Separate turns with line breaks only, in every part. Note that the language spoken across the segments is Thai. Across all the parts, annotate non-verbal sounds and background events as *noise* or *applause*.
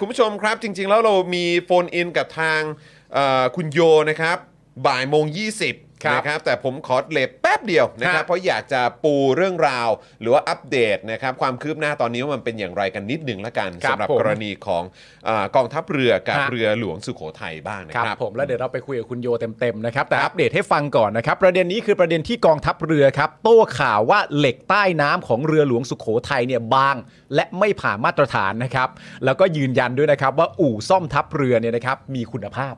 คุณผู้ชมครับ จริง ๆ แล้วเรามีโฟนอินกับทางเอ่อคุณโยนะครับบ่ายโมง 20
ครับ
นะครับแต่ผมขอเลบแป๊บเดียวนะค
ครั
รับบ เพราะอยากจะปูเรื่องราว หรือว่าอัปเดตนะครับความคืบหน้าตอนนี้ว่ามันเป็นอย่างไรกันนิดหนึ่งละกัน
ครับ
สำหรับ
ผม
กรณีของเออกองทัพเรือกับ
ฮะ
เรือหลวงสุโขทัยบ้างนะ
ครั
ครับ
บผมแล้วเดี๋ยวเราไปคุยกับคุณโยเต็มๆนะครับแต่อัปเดตให้ฟังก่อนนะครับ ประเด็นนี้คือประเด็นที่กองทัพเรือครับ โต้ข่าวว่าเหล็กใต้น้ำของเรือหลวงสุโขทัยเนี่ยบาง และไม่ผ่านมาตรฐานนะครับ แล้วก็ยืนยันด้วยนะครับ ว่าอู่ซ่อมทัพเรือเนี่ยนะครับมีคุณภาพ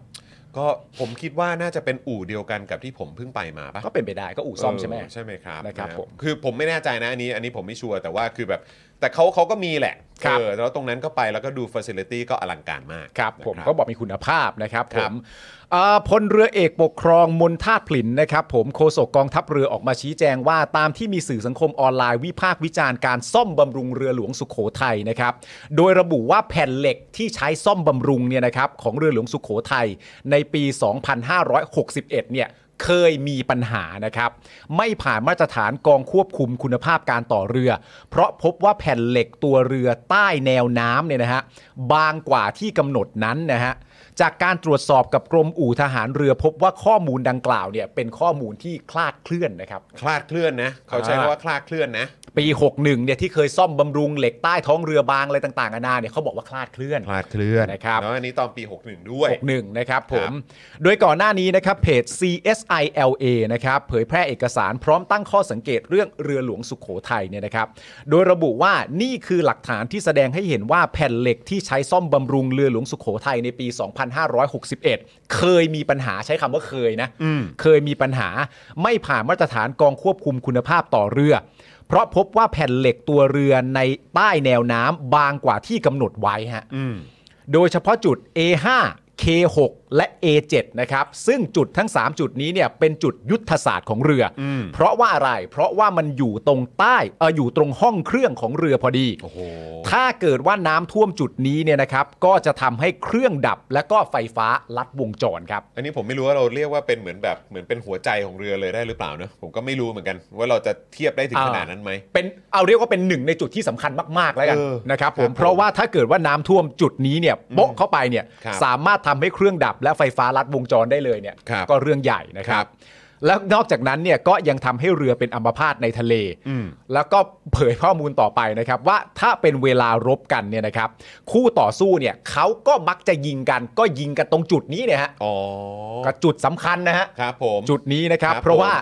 ก็ผมคิดว่าน่าจะเป็นอู่เดียวกันกับที่ผมเพิ่งไปมาปะ
ก็เป็นไปได้ก็อู่ซ่อมใช่ไหม
เใช่ไหมครับ
นะครับผม
คือผมไม่แน่ใจนะอันนี้ อันนี้ผมไม่ชัวร์แต่ว่าคือแบบ แต่เขาเขาก็มีแหละ
ครับ
เออแล้วตรงนั้นก็ไปแล้วก็ดูฟิสิลิตี้ก็อลังการมาก
ครับผม
นะ
ก็บอกมีคุณภาพนะครับ
ค
ผ
รับ
มเอ่อพลเรือเอกปกครองมนทาตผลินนะครับผมโฆษกกองทัพเรือออกมาชี้แจงว่าตามที่มีสื่อสังคมออนไลน์วิพากษ์วิจารณ์การซ่อมบำรุงเรือหลวงสุขโขทัยนะครับโดยระบุว่าแผ่นเหล็กที่ใช้ซ่อมบำรุงเนี่ยนะครับของเรือหลวงสุขโขทัยในปี 2561 เนี่ยเคยมีปัญหานะครับไม่ผ่านมาตรฐานกองควบคุมคุณภาพการต่อเรือ เพราะพบว่าแผ่นเหล็กตัวเรือใต้แนวน้ำเนี่ยนะฮะบางกว่าที่กำหนดนั้นนะฮะ จากการตรวจสอบกับกรมอู่ทหารเรือพบว่าข้อมูลดังกล่าวเนี่ยเป็นข้อมูลที่คลาดเคลื่อนนะครับ
คลาดเคลื่อนนะเขาใช้
อ่า
คำว่าคลาดเคลื่อนนะ
ปี 61เนี่ยที่เคยซ่อมบำรุงเหล็กใต้ท้องเรือบางอะไรต่างๆนานาเนี่ยเขาบอกว่าคลาดเคลื่อน
คลาดเคลื่อน
นะครับ
แล้วอันนี้ตอนปี 61 ด้วย
61นะครับผม โดยก่อนหน้านี้นะครับเพจ CSILA นะครับเผยแพร่เอกสารพร้อมตั้งข้อสังเกตเรื่องเรือหลวงสุขโขทัยเนี่ยนะครับ โดยระบุว่านี่คือหลักฐานที่แสดงให้เห็นว่าแผ่นเหล็กที่ใช้ซ่อมบำรุงเรือหลวงสุขโขทัยในปี 2561 เคยมีปัญหาใช้คำว่าเคยนะ เคยมีปัญหาไม่ผ่านมาตรฐานกองควบคุมคุณภาพต่อเรือ เพราะพบว่าแผ่นเหล็กตัวเรือในใต้แนวน้ำบางกว่าที่กำหนดไว้ฮะ
อืม
โดยเฉพาะจุด A5 K6 และ A7 นะครับ ซึ่งจุดทั้ง 3 จุดนี้เนี่ยเป็นจุดยุทธศาสตร์ของเรืออ
ม
เพราะว่าอะไร เพราะว่ามันอยู่ตรงใต้เอออยู่ตรงห้องเครื่องของเรือพอดี
โอ้โห
ถ้าเกิดว่าน้ำท่วมจุดนี้เนี่ยนะครับ ก็จะทำให้เครื่องดับและก็ไฟฟ้าลัดวงจรครับ
อันนี้ผมไม่รู้ว่าเราเรียกว่าเป็นเหมือนแบบเหมือนเป็นหัวใจของเรือเลยได้หรือเปล่าเนอะผมก็ไม่รู้เหมือนกัน ว่าเราจะเทียบได้ถึง
อ่า
ขนาดนั้นไหม
เป็นเอาเรียกว่าเป็นหนึ่งในจุดที่สำคัญมาก ๆ แล้วกัน
เออ
นะครับผ
ครับผ
ม
ม
เพราะว่าถ้าเกิดว่าน้ำท่วมจุดนี้เนี่ยโปะเข้าไปเนี่ย
ครับ
สามารถทำให้เครื่องดับและไฟฟ้าลัดวงจรได้เลยเนี่ย
ครับ
ก็เรื่องใหญ่นะค
ครั
รับ
บ
แล้วนอกจากนั้นเนี่ยก็ยังทำให้เรือเป็นอัมพาตในทะเล
อืม
แล้วก็เผยข้อมูลต่อไปนะครับว่าถ้าเป็นเวลารบกันเนี่ยนะครับ คู่ต่อสู้เนี่ยเขาก็มักจะยิงกันก็ยิงกันตรงจุดนี้เนี่ยฮะ
อ๋อ
ก็จุดสำคัญนะฮะ
ครับผม
จุดนี้นะครับ
ครับ
เพราะว่า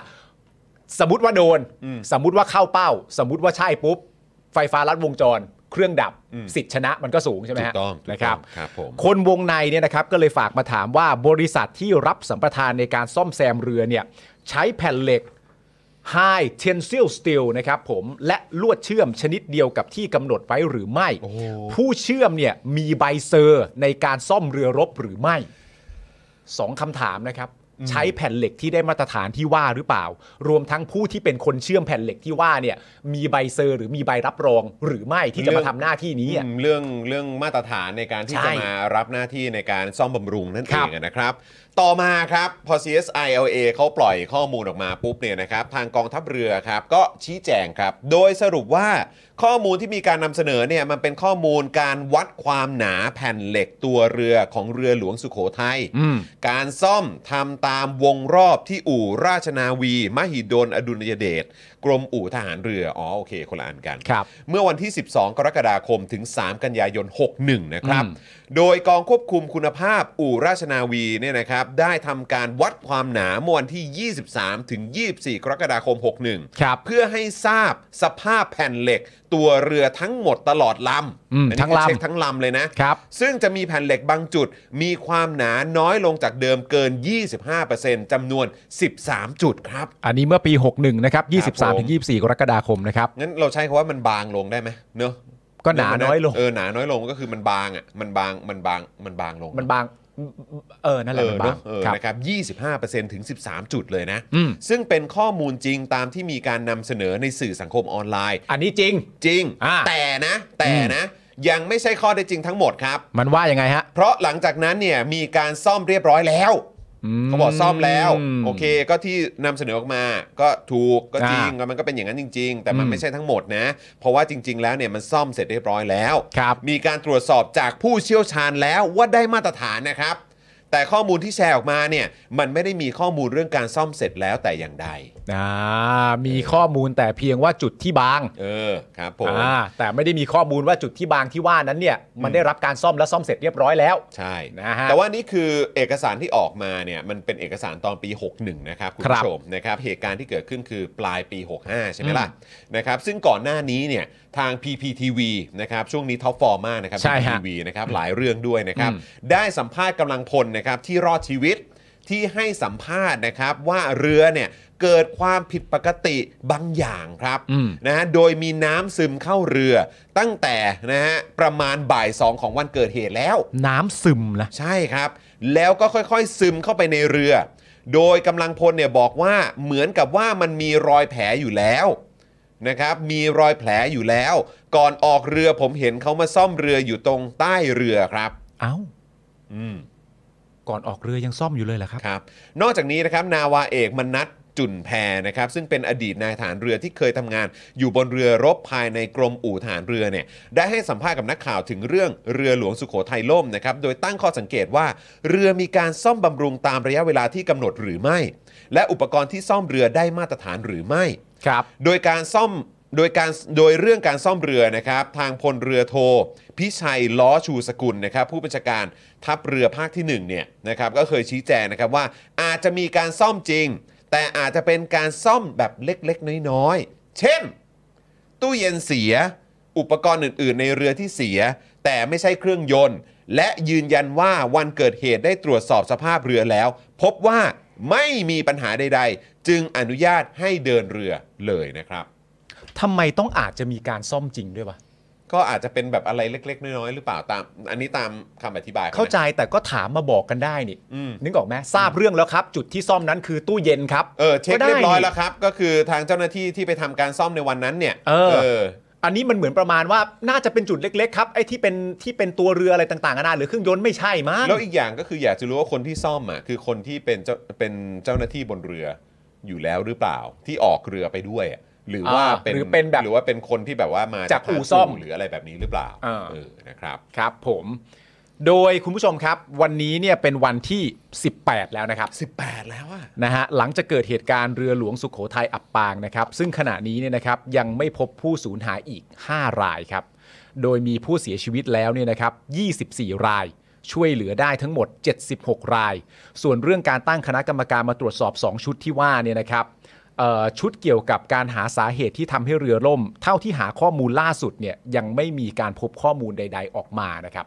สมมติว่าโดน
อืม
สมมติว่าเข้าเป้า สมมติว่าใช่ปุ๊บ ไฟฟ้าลัดวงจร เครื่องดับ
อืม
สิทธิ์ชนะมันก็สูงใช่ไหม
ถู
ฮะ
กต้องถูกต้อง
นะครับ
ครับผม
คนวงในเนี่ยนะครับก็เลยฝากมาถามว่าบริษัทที่รับสัมปทานในการซ่อมแซมเรือเนี่ยใช้แผ่นเหล็ก High Tensile Steel นะครับผมและลวดเชื่อมชนิดเดียวกับที่กำหนดไว้หรือไม่
โอ้
ผู้เชื่อมเนี่ยมีใบเซอร์ในการซ่อมเรือรบหรือไม่สองคำถามนะครับ ใช้แผ่นเหล็กที่ได้มาตรฐานที่ว่าหรือเปล่า รวมทั้งผู้ที่เป็นคนเชื่อมแผ่นเหล็กที่ว่าเนี่ยมีใบเซอร์หรือมีใบรับรองหรือไม่ที่จะมาทำหน้าที่นี้อะ
อืมเรื่องเรื่องมาตรฐานในการที่
ใช่
จะมารับหน้าที่ในการซ่อมบำรุงนั่นเอ
ครับ
งอะนะครับ ต่อมาครับพอ CSILA เขาปล่อยข้อมูลออกมาปุ๊บเนี่ยนะครับทางกองทัพเรือครับก็ชี้แจงครับ โดยสรุปว่าข้อมูลที่มีการนำเสนอเนี่ยมันเป็นข้อมูลการวัดความหนาแผ่นเหล็กตัวเรือของเรือหลวงสุโขทัย
อืม
การซ่อมทำตามวงรอบที่อู่ราชนาวี มหิดลอดุลยเดชกรมอู่ทหารเรืออ๋อโอเคคนละอันกัน
ครับ
เมื่อวันที่ 12 กรกฎาคม ถึง 3 กันยายน 61 นะครับ
อืม
โดยกองควบคุมคุณภาพอู่ราชนาวีเนี่ยนะครับ ได้ทำการวัดความหนาเมื่อวันที่ 23 ถึง 24 กรกฎาคม 61
ครับ
เพื่อให้ทราบสภาพแผ่นเหล็ก ตัวเรือทั้งหมดตลอดลำ
อืม
น
ทั้
นี้
ง
คือ
ลำ
เช็คทั้งลำเลยนะ
ครับ
ซึ่งจะมีแผ่นเหล็กบางจุด มีความหนาน้อยลงจากเดิมเกิน 25%จำนวน 13 จุดครับ
อันนี้เมื่อปี 61 นะครับ
ครับผม
23 ถึง 24 กรกฎาคมนะครับ
งั้นเราใช้คำว่ามันบางลงได้ไหมเนอะ
ก็หนาน้อยลง
เออหนาน้อยลงก็คือมันบางอ่ะมันบางมันบางมันบางลง
มันบาง เออ นั่นแห
เอ
ละ
อ
มัน
เน
บาง
อะเออ
ครับ
นะครับ25%ถึง 13 จุดเลยนะ
อืม
ซึ่งเป็นข้อมูลจริงตามที่มีการนำเสนอในสื่อสังคมออนไลน์
อันนี้จริง
จริง
อ่า
แต่นะ แต่นะ ยังไม่ใช่ข้อได้จริงทั้งหมดครับ
มันว่ายังไงฮะ
เพราะหลังจากนั้นเนี่ยมีการซ่อมเรียบร้อยแล้ว
ม
เขาบอกซ่อมแล้ว โอเค ก็ที่นำเสนอออกมา ก็ถูกก็จริง
อ่า
แล้วมันก็เป็นอย่างนั้นจริง ๆ แต่มัน
อืม
ไม่ใช่ทั้งหมดนะ เพราะว่าจริง ๆ แล้วเนี่ยมันซ่อมเสร็จเรียบร้อยแล้ว
ครับ
มีการตรวจสอบจากผู้เชี่ยวชาญแล้วว่าได้มาตรฐานนะครับ แต่ข้อมูลที่แชร์ออกมาเนี่ยมันไม่ได้มีข้อมูลเรื่องการซ่อมเสร็จแล้วแต่อย่างใด
อ่ามีข้อมูลแต่เพียงว่าจุดที่บาง
เออครับผม
อ่าแต่ไม่ได้มีข้อมูลว่าจุดที่บางที่ว่านั้นเนี่ย มันได้รับการซ่อมและซ่อมเสร็จเรียบร้อยแล้ว
ใช่
นะฮะ
แต่ว่านี่คือเอกสารที่ออกมาเนี่ยมันเป็นเอกสารตอนปี 61 นะครับ คุณ
ครับ
ผู้ชมนะครับเหตุการณ์ที่เกิดขึ้นคือปลายปี 65 ใช่ไหมล่ะนะครับซึ่งก่อนหน้านี้เนี่ยทาง PPTV นะครับช่วงนี้ท็อปฟอร์มมากนะครับ
ใช่ฮะ
PPTV นะครับหลายเรื่องด้วยนะครับ
อืม
ได้สัมภาษณ์กำลังพลนะครับที่รอดชีวิตที่ให้สัมภาษณ์นะครับว่าเรือเนี่ยเกิดความผิดปกติบางอย่างครับ
อืม
นะฮะโดยมีน้ำซึมเข้าเรือ ตั้งแต่นะฮะประมาณบ่ายสองของวันเกิดเหตุแล้ว
น้ำซึมนะ
ใช่ครับ แล้วก็ค่อยๆซึมเข้าไปในเรือ โดยกำลังพลเนี่ยบอกว่าเหมือนกับว่ามันมีรอยแผลอยู่แล้วนะครับ มีรอยแผลอยู่แล้ว ก่อนออกเรือผมเห็นเขามาซ่อมเรืออยู่ตรงใต้เรือครับ
เอ้า
อืม
ก่อนออกเรือยังซ่อมอยู่เลยเหรอครับ
ครับนอกจากนี้นะครับนาวาเอกมนัทจุนแพรนะครับซึ่งเป็นอดีตนายทหารเรือที่เคยทำงาน อยู่บนเรือรบภายในกรมอู่ทหารเรือเนี่ยได้ให้สัมภาษณ์กับนักข่าวถึงเรื่องเรือหลวงสุโขทัยล่มนะครับโดยตั้งข้อสังเกตว่า เรือมีการซ่อมบำรุงตามระยะเวลาที่กำหนดหรือไม่ และอุปกรณ์ที่ซ่อมเรือได้มาตรฐานหรือไม่
ครับ
โดยการซ่อมโดยการโดยเรื่องการซ่อมเรือนะครับ ทางพลเรือโท พิชัยล้อชูสกุลนะครับ ผู้บัญชาการทัพเรือภาคที่1เนี่ยนะครับก็เคยชี้แจงนะครับว่าอาจจะมีการซ่อมจริง แต่อาจจะเป็นการซ่อมแบบเล็กๆ น้อยๆ เช่น ตู้เย็นเสีย อุปกรณ์อื่น ๆ ในเรือที่เสีย แต่ไม่ใช่เครื่องยนต์ และยืนยันว่าวันเกิดเหตุได้ตรวจสอบสภาพเรือแล้ว พบว่าไม่มีปัญหาใด ๆ จึงอนุญาตให้เดินเรือเลยนะครับ
ทำไมต้องอาจจะมีการซ่อมจริงด้วยวะ
ก็อาจจะเป็นแบบอะไรเล็ก ๆ น้อย ๆ หรือเปล่าตาม อันนี้ตามคำอธิบายขนะ
เข้าใจแต่ก็ถามมาบอกกันได้นี่
อืม
นึกออกไหมทราบเรื่องแล้วครับ จุดที่ซ่อมนั้นคือตู้เย็นครับ
เออเช็ค
ก็ได้
เรียบร้อยแล้ว
นี่
ครับ ก็คือทางเจ้าหน้าที่ที่ไปทำการซ่อมในวันนั้นเนี่ย
เออ
เออ
อันนี้มันเหมือนประมาณว่าน่าจะเป็นจุดเล็กๆครับไอ้ที่เป็นที่เป็นตัวเรืออะไรต่างๆนานาหรือเครื่องยนต์ไม่ใช่มั้ง
แล้วอีกอย่างก็คืออยากจะรู้ว่าคนที่ซ่อมอ่ะคือคนที่เป็นเจ้าเป็นเจ้าหน้าที่บนเรืออยู่แล้วหรือเปล่าที่ออกเรือไปด้วยอะหรือว่า
อ่า
เป็น
หรือเป็นแบบ
หรือว่าเป็นคนที่แบบว่ามา
จาก
ท
อู่
ง
ซ่อม
หรืออะไรแบบนี้หรือเปล่า
อ่า
เออนะครับ
ครับผม โดยคุณผู้ชมครับ วันนี้เนี่ยเป็นวันที่ 18 แล้วนะครับ
18 แล้วอ่ะ
นะฮะหลังจากเกิดเหตุการณ์เรือหลวงสุขโขทัยอับปางนะครับ ซึ่งขณะนี้เนี่ยนะครับยังไม่พบผู้สูญหายอีก 5 รายครับ โดยมีผู้เสียชีวิตแล้วเนี่ยนะครับ 24 ราย ช่วยเหลือได้ทั้งหมด 76 ราย ส่วนเรื่องการตั้งคณะกรรมการมาตรวจสอบ 2 ชุดที่ว่าเนี่ยนะครับเอ่อชุดเกี่ยวกับการหาสาเหตุที่ทำให้เรือล่ม เท่าที่หาข้อมูลล่าสุดเนี่ยยังไม่มีการพบข้อมูลใด ๆ ออกมานะครับ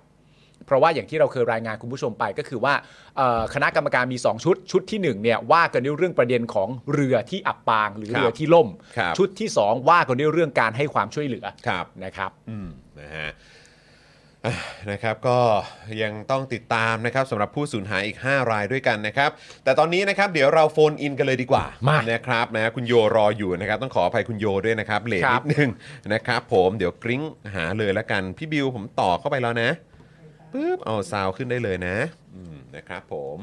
เพราะว่าอย่างที่เราเคยรายงานคุณผู้ชมไปก็คือว่าเอ่อคณะกรรมการมี 2 ชุด ชุดที่1เนี่ยว่ากันด้วยเรื่องประเด็นของเรือที่อับปางหรือเรือที่ล่ม
ครับ
ชุดที่ 2 ว่ากันด้วยเรื่องการให้ความช่วยเหลือ
ครับ
นะครับ
อืมนะฮะอ่ะนะครับก็ยังต้องติดตามนะครับสำหรับผู้สูญหายอีก 5 รายด้วยกันนะครับ แต่ตอนนี้นะครับเดี๋ยวเราโฟนอินกันเลยดีกว่า
มา
นะครับนะคุณโยรออยู่นะครับ ต้องขออภัยคุณโยด้วยนะครับเลท
ครั
นิ
บ
ดนึงนะครับผมเดี๋ยวกริ้งหาเลยละกันพี่บิวผมต่อเข้าไปแล้วนะ ปึ๊บเอาซาวขึ้นได้เลยนะ อืมนะครับผม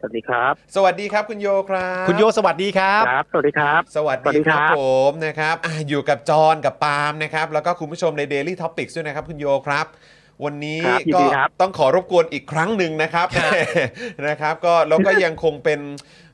สวัสดีครับ
สวัสดีครับคุณโยครับ
คุณโยสวัสดีครับ
ครับ สวัสดีครับ
สวัส
สวัส
ดี
ดี
ค
ครั
รับบ ผมนะครับอ่ะอยู่กับจอห์นกับปาล์มนะครับ แล้วก็คุณผู้ชมใน Daily Topics ด้วยนะครับ คุณโยครับ วันนี้
ครับยิน
ก็
ดีครับ
ต้องขอรบกวนอีกครั้งหนึ่งนะครับ *laughs* นะครับก็แล้วก็ยังคงเป็น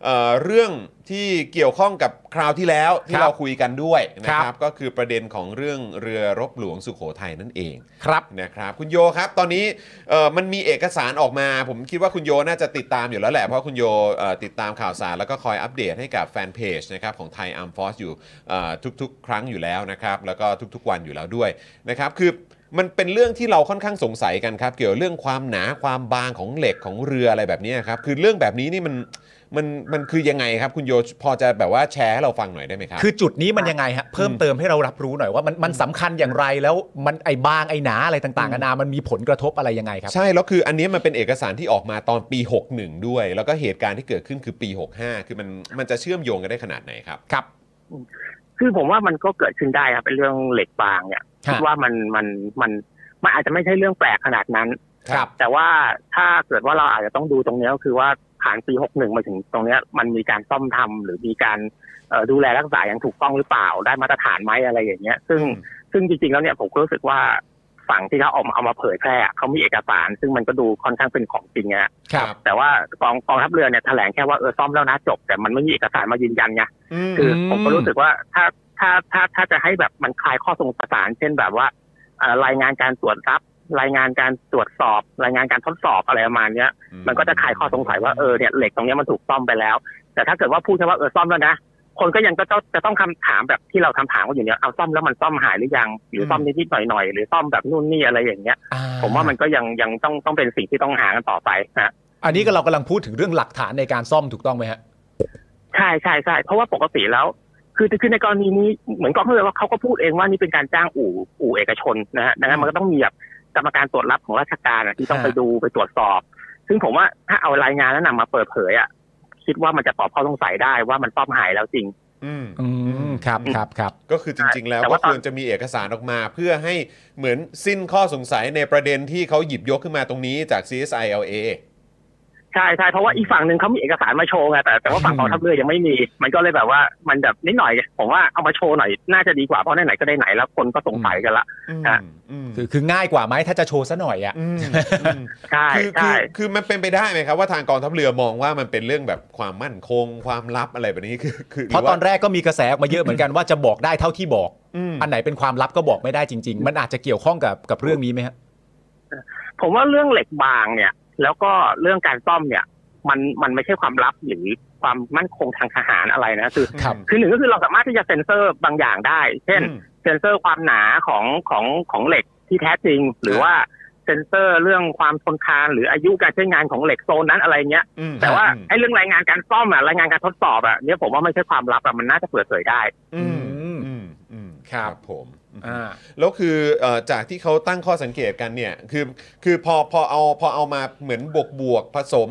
เอ่อเรื่องที่เกี่ยวข้องกับคราวที่แล้วที่
ครับ
เราคุยกันด้วยนะค
ครั
รับบ ก็คือประเด็นของเรื่องเรือรบหลวงสุโขทัยนั่นเอง
ครับ
นะครับคุณโยครับตอนนี้เอ่อมันมีเอกสารออกมา ผมคิดว่าคุณโยน่าจะติดตามอยู่แล้วแหละ เพราะคุณโยเอ่อติดตามข่าวสารแล้วก็คอยอัปเดตให้กับแฟนเพจนะครับของไทยอาร์มฟอสอยู่เอ่อทุกๆ ครั้งอยู่แล้วนะครับ แล้วก็ทุกๆวันอยู่แล้วด้วยนะครับคือมันเป็นเรื่องที่เราค่อนข้างสงสัยกันครับเกี่ยวเรื่องความหนาความบางของเหล็กของเรืออะไรแบบนี้ครับคือเรื่องแบบนี้นี่มันมันมันคือยังไงครับคุณโยพอจะแบบว่าแชร์ให้เราฟังหน่อยได้ไหมครับ
คือจุดนี้มันยังไงฮะเพิ่มเติมให้เรารับรู้หน่อยว่ามันมันสำคัญอย่างไรแล้วมันไอ้บางไอ้หนาอะไรต่างๆนานามันมีผลกระทบอะไรยังไงครับ
ใช่แล้วคืออันนี้มันเป็นเอกสารที่ออกมาตอนปี 61 ด้วย แล้วก็เหตุการณ์ที่เกิดขึ้นคือปี 65 คือมันมันจะเชื่อมโยงกันได้ขนาดไหนครับ
ครับ
คือผมว่ามันก็เกิดขึ้นได้ครับเป็นเรื่องเหล็กบางเนี่ย
ฮะ
คิดว่ามันมันมันมันอาจจะไม่ใช่เรื่องแปลกขนาดนั้น
ครับ
แต่ว่าถ้าเกิดว่าเราอาจจะต้องดูตรงเนี้ยก็คือว่าผ่านปี 61 มาถึงตรงเนี้ยมันมีการซ่อมทำหรือมีการเอ่อดูแลรักษาอย่างถูกต้องหรือเปล่า ได้มาตรฐานไหมอะไรอย่างเงี้ย ซึ่งซึ่งจริงๆแล้วเนี่ยผมก็รู้สึกว่าฝั่งที่เขาเอามาเอามาเผยแพร่เขามีเอกสาร ซึ่งมันก็ดูค่อนข้างเป็นของจริงอะ
ครับ
แต่ว่ากองกองทัพเรือเนี่ยแถลงแค่ว่าเออซ่อมแล้วนะจบ แต่มันไม่มีเอกสารมายืนยันไง
ม
คืออ
ม
ผมก็รู้สึกว่าถ้าถ้าถ้าถ้าจะให้แบบมันคลายข้อสงสัยเช่นแบบว่าเอ่อรายงานการตรวจรับ รายงานการตรวจสอบ รายงานการทดสอบอะไรประมาณเนี้ย มันก็จะคลายข้อสงสัยว่าเออเนี่ยเหล็กตรงเนี้ยมันถูกซ่อมไปแล้ว แต่ถ้าเกิดว่าพูดแค่ว่าเออซ่อมแล้วนะคนก็ยังก็จะจะต้องคำถามแบบที่เราทำถามกันอยู่เนี่ยเอาซ่อมแล้วมันซ่อมหายหรือยังหรือซ่อมนิดๆหน่อยๆหรือซ่อมแบบนู่นนี่อะไรอย่างเงี้ย
อ่
ผมว่ามันก็ยังยังต้องต้องเป็นสิ่งที่ต้องหากันต่อไปนะ
อันนี้ก็เรากำลังพูดถึงเรื่องหลักฐานในการซ่อมถูกต้องไหมฮะ
ใช่ใช่ใช่เพราะว่าปกติแล้ว คือคือในกรณีนี้เหมือนก็เพื่อว่าเขาก็พูดเองว่านี่เป็นการจ้างอู่อู่เอกชนนะฮะดังนั้นมันก็ต้องมีแบบกรรมการตรวจรับของราชการอะที่ต้อง
ฮะ
ไปดูไปตรวจสอบ ซึ่งผมว่าถ้าเอารายงานนั้นนะมาเปิดเผยอ่ะคิดว่ามันจะตอบข้อสงสัยได้ว่ามันซ่อมหายแล้วจริง
อืม
อืมครับครับครับ
ก็คือจริง ๆ แล้ว
แต่
ก็
ว่าต
ค
อน
วรจะมีเอกสารออกมา เพื่อให้เหมือนสิ้นข้อสงสัยในประเด็นที่เขาหยิบยกขึ้นมาตรงนี้จาก CSILA
ใช่ใช่เพราะว่าอีกฝั่งหนึ่งเขามีเอกสารมาโชว์ไงแต่แต่ว่าฝั่งกองทัพเรือยังไม่มี มันก็เลยแบบว่ามันแบบนิดหน่อย ผมว่าเอามาโชว์หน่อยน่าจะดีกว่าเพราะไหนๆก็ได้ไหนแล้วคนก็สงสัยกันละ
อืม
ฮะ
อืม
คือคือง่ายกว่าไหมถ้าจะโชว์ซะหน่อยอ่ะ
อืมอืม
ใช่
คือคื
ใช่
อคือมันเป็นไปได้ไหมครับว่าทางกองทัพเรือมองว่ามันเป็นเรื่องแบบความมั่นคง ความลับอะไรแบบนี้คือคือ
เพราะตอน
หว่
แรกก็มีกระแสออกมาเยอะเหมือนกันว่าจะบอกได้เท่าที่บอก
อืม
อันไหนเป็นความลับก็บอกไม่ได้จริง ๆ มันอาจจะเกี่ยวข้องกับกับเรื่องนี้ไหมฮะ
ผมว่าเรื่องเหล็กบางเนี่ย แล้วก็เรื่องการซ่อมเนี่ย มันมันไม่ใช่ความลับหรือความมั่นคงทางทหารอะไรนะคือ
ครับ
คือหนึ่งก็คือเราสามารถที่จะเซ็นเซอร์บางอย่างได้ เช่น เซ็นเซอร์ความหนาของของของเหล็กที่แท้จริง หรือว่าเซ็นเซอร์เรื่องความทนทานหรืออายุการใช้งานของเหล็กโซนนั้นอะไรเงี้ย
อืม
แต่ว่าไอ้เรื่องรายงานการซ่อมอะรายงานการทดสอบอะเนี่ยผมว่าไม่ใช่ความลับอะมันน่าจะเปิดเผยได้
อืมอืมอืม
ครับ
ผมม
อ่า
แล้วคือเอ่อจากที่เขาตั้งข้อสังเกตกันเนี่ยคือคือพอพอเอาพอเอามาเหมือนบวกบวกผสม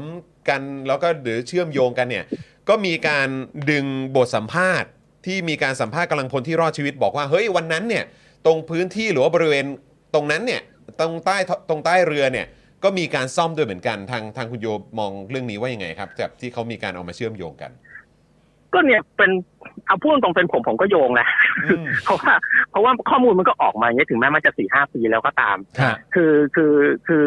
กันแล้วก็หรือเชื่อมโยงกันเนี่ยก็มีการดึงบทสัมภาษณ์ ที่มีการสัมภาษณ์กำลังพลที่รอดชีวิตบอกว่าเฮ้ยวันนั้นเนี่ยตรงพื้นที่หรือว่าบริเวณตรงนั้นเนี่ยตรงใต้ตรงใต้เรือเนี่ยก็มีการซ่อมด้วยเหมือนกันทางทางคุณโยมองเรื่องนี้ว่ายังไงครับจากที่เขามีการเอามาเชื่อมโยงกัน
ก็เนี่ยเป็นเอาพูดตรงๆเป็นผมผมก็โยงนะ *laughs*
อืม
เพราะว่าเพราะว่าข้อมูลมันก็ออกมาอย่างเงี้ยถึงแม้มันจะสี่ห้าปีแล้วก็ตาม
ฮะ
คือคือคือ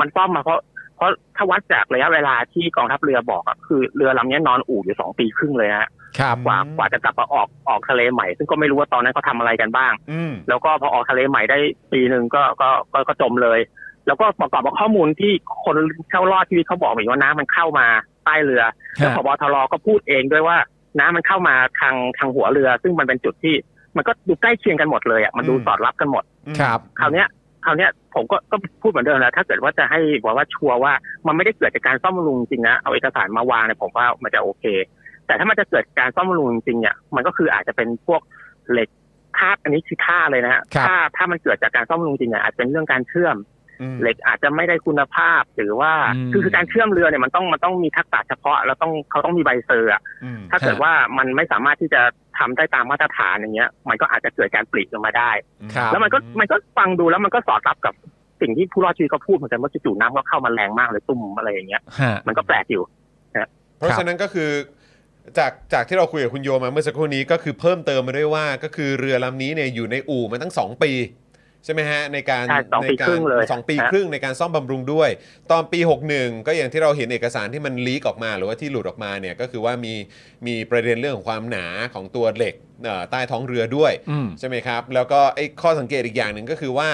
มันซ่อมมาเพราะเพราะถ้าวัดจากระยะเวลาที่กองทัพเรือบอกอะคือเรือลำเนี้ยนอนอู่อยู่สองปีครึ่งเลยฮะ
ครับ
กว่า
อืม
กว่าจะกลับมาออกออกทะเลใหม่ ซึ่งก็ไม่รู้ว่าตอนนั้นเขาทำอะไรกันบ้าง
อืม
แล้วก็พอออกทะเลใหม่ได้ปีหนึ่งก็ก็ก็ก็จมเลย แล้วก็ประกอบกับข้อมูลที่คนเข้ารอดชีวิตเขาบอกอีกว่าน้ำมันเข้ามาใต้เรือ แล้วพบทรก็พูดเองด้วยว่าน้ำมันเข้ามาทางทางหัวเรือ ซึ่งมันเป็นจุดที่มันก็ดูใกล้เคียงกันหมดเลยอ่ะมันดู
อืม
สอดรับกันหมด
ครับ
คราวเนี้ยคราวเนี้ยผมก็ก็พูดเหมือนเดิมแหล้วถ้าเกิดว่าจะให้บอกว่าชัวร์ว่ามันไม่ได้เกิดจากการซ่อมบำรุงจริงนะเอาเอกสารมาวางเนี่ยผมว่ามันจะโอเค แต่ถ้ามันจะเกิดการซ่อมบำรุงจริงเนี่ยมันก็คืออาจจะเป็นพวกเหล็กธาตุอันนี้คือธาตุเลยนะฮะ
ครับ
ถ้าถ้ามันเกิดจากการซ่อมบำรุงจริงเนี่ยอาจจะเป็นเรื่องการเชื่อม
อืม
เหล็กอาจจะไม่ได้คุณภาพหรือว่า
อืม
คือคือการเชื่อมเรือเนี่ยมันต้องมันต้องมีทักษะเฉพาะแล้วต้องเขาต้องมีใบเซอร์อะ
อืม
ถ้าเกิดว่ามันไม่สามารถที่จะทำได้ตามมาตรฐานอย่างเงี้ย มันก็อาจจะเกิดการปลีกออกมาได้
ครับ
แล้วมันก็มันก็ฟังดูแล้วมันก็สอดรับกับสิ่งที่ผู้รอดชีวิตเขาพูดเหมือนกันว่าจู่ๆน้ำก็เข้ามาแรงมากเลยตุ่มอะไรอย่างเงี้ย
ฮะ
มันก็แปลกอยู่
เพราะ
ครับ
ฉะนั้นก็คือจากจากที่เราคุยกับคุณโยมาเมื่อสักครู่นี้ก็คือเพิ่มเติมมาด้วยว่าก็คือเรือลำนี้เนี่ยอยู่ในอู่มาตั้ง 2 ปี ใช่ไหมฮะ ในการ
ใช่สองปี
ในกา
ครึ่งเลย
สองปี
ฮะ
ครึ่งในการซ่อมบำรุงด้วย ตอนปี 61 ก็อย่างที่เราเห็นเอกสารที่มันลีกออกมา หรือว่าที่หลุดออกมาเนี่ยก็คือว่ามีมีประเด็นเรื่องของความหนาของตัวเหล็กเอ่อใต้ท้องเรือด้วย
อืม
ใช่ไหมครับ แล้วก็ไอ้ข้อสังเกตอีกอย่างหนึ่งก็คือว่า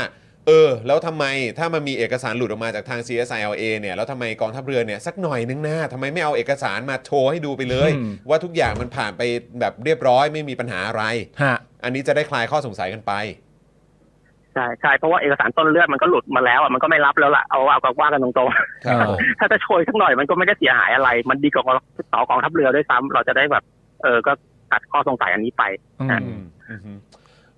เออ แล้วทำไมถ้ามันมีเอกสารหลุดออกมาจากทาง CSILA เนี่ย แล้วทำไมกองทัพเรือเนี่ย สักหน่อยนึงหน้าทำไมไม่เอาเอกสารมาโชว์ให้ดูไปเลย
อืม
ว่าทุกอย่างมันผ่านไปแบบเรียบร้อยไม่มีปัญหาอะไร
ฮะ
อันนี้จะได้คลายข้อสงสัยกันไป
ใช่ใช่เพราะว่าเอกสารต้นเลือดมันก็หลุดมาแล้วอ่ะมันก็ไม่รับแล้วล่ะเอาเอาเอาว่ากันตรง
ครับ
ๆ *laughs* ถ้าจะโชยสักหน่อยมันก็ไม่ได้เสียหายอะไร มันดีกว่าต่อกองทัพเรือด้วยซ้ำเราจะได้แบบเออก็ตัดข้อสงสัยอันนี้ไป
อืม
อืมอืม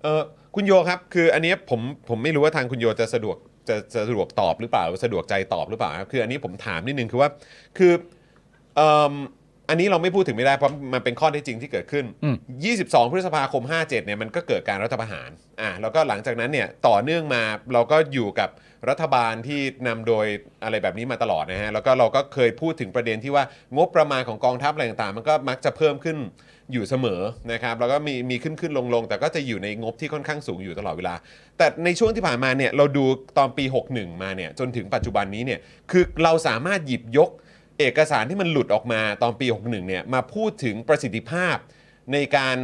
เออคุณโยครับ คืออันเนี้ยผมผมไม่รู้ว่าทางคุณโยจะสะดวกจะจะสะดวกตอบหรือเปล่า สะดวกใจตอบหรือเปล่าครับคืออันนี้ผมถามนิดนึงคือว่าคือเอิ่ม อันนี้เราไม่พูดถึงไม่ได้เพราะมันเป็นข้อเท็จจริงที่เกิดขึ้น
อืม
22 พฤษภาคม 57เนี่ยมันก็เกิดการรัฐประหารอ่ะแล้วก็หลังจากนั้นเนี่ยต่อเนื่องมาเราก็อยู่กับรัฐบาลที่นำโดยอะไรแบบนี้มาตลอดนะฮะแล้วก็เราก็เคยพูดถึงประเด็นที่ว่างบประมาณของกองทัพอะไรต่างๆ มันก็มักจะเพิ่มขึ้นอยู่เสมอนะครับแล้วก็มีมีขึ้นขึ้นลงลงๆ แต่ก็จะอยู่ในงบที่ค่อนข้างสูงอยู่ตลอดเวลา แต่ในช่วงที่ผ่านมาเนี่ยเราดูตอนปี 61 มาเนี่ยจนถึงปัจจุบันนี้เนี่ยคือเราสามารถหยิบยก เอกสารที่มันหลุดออกมาตอนปี 61 เนี่ยมาพูดถึงประสิทธิภาพในการ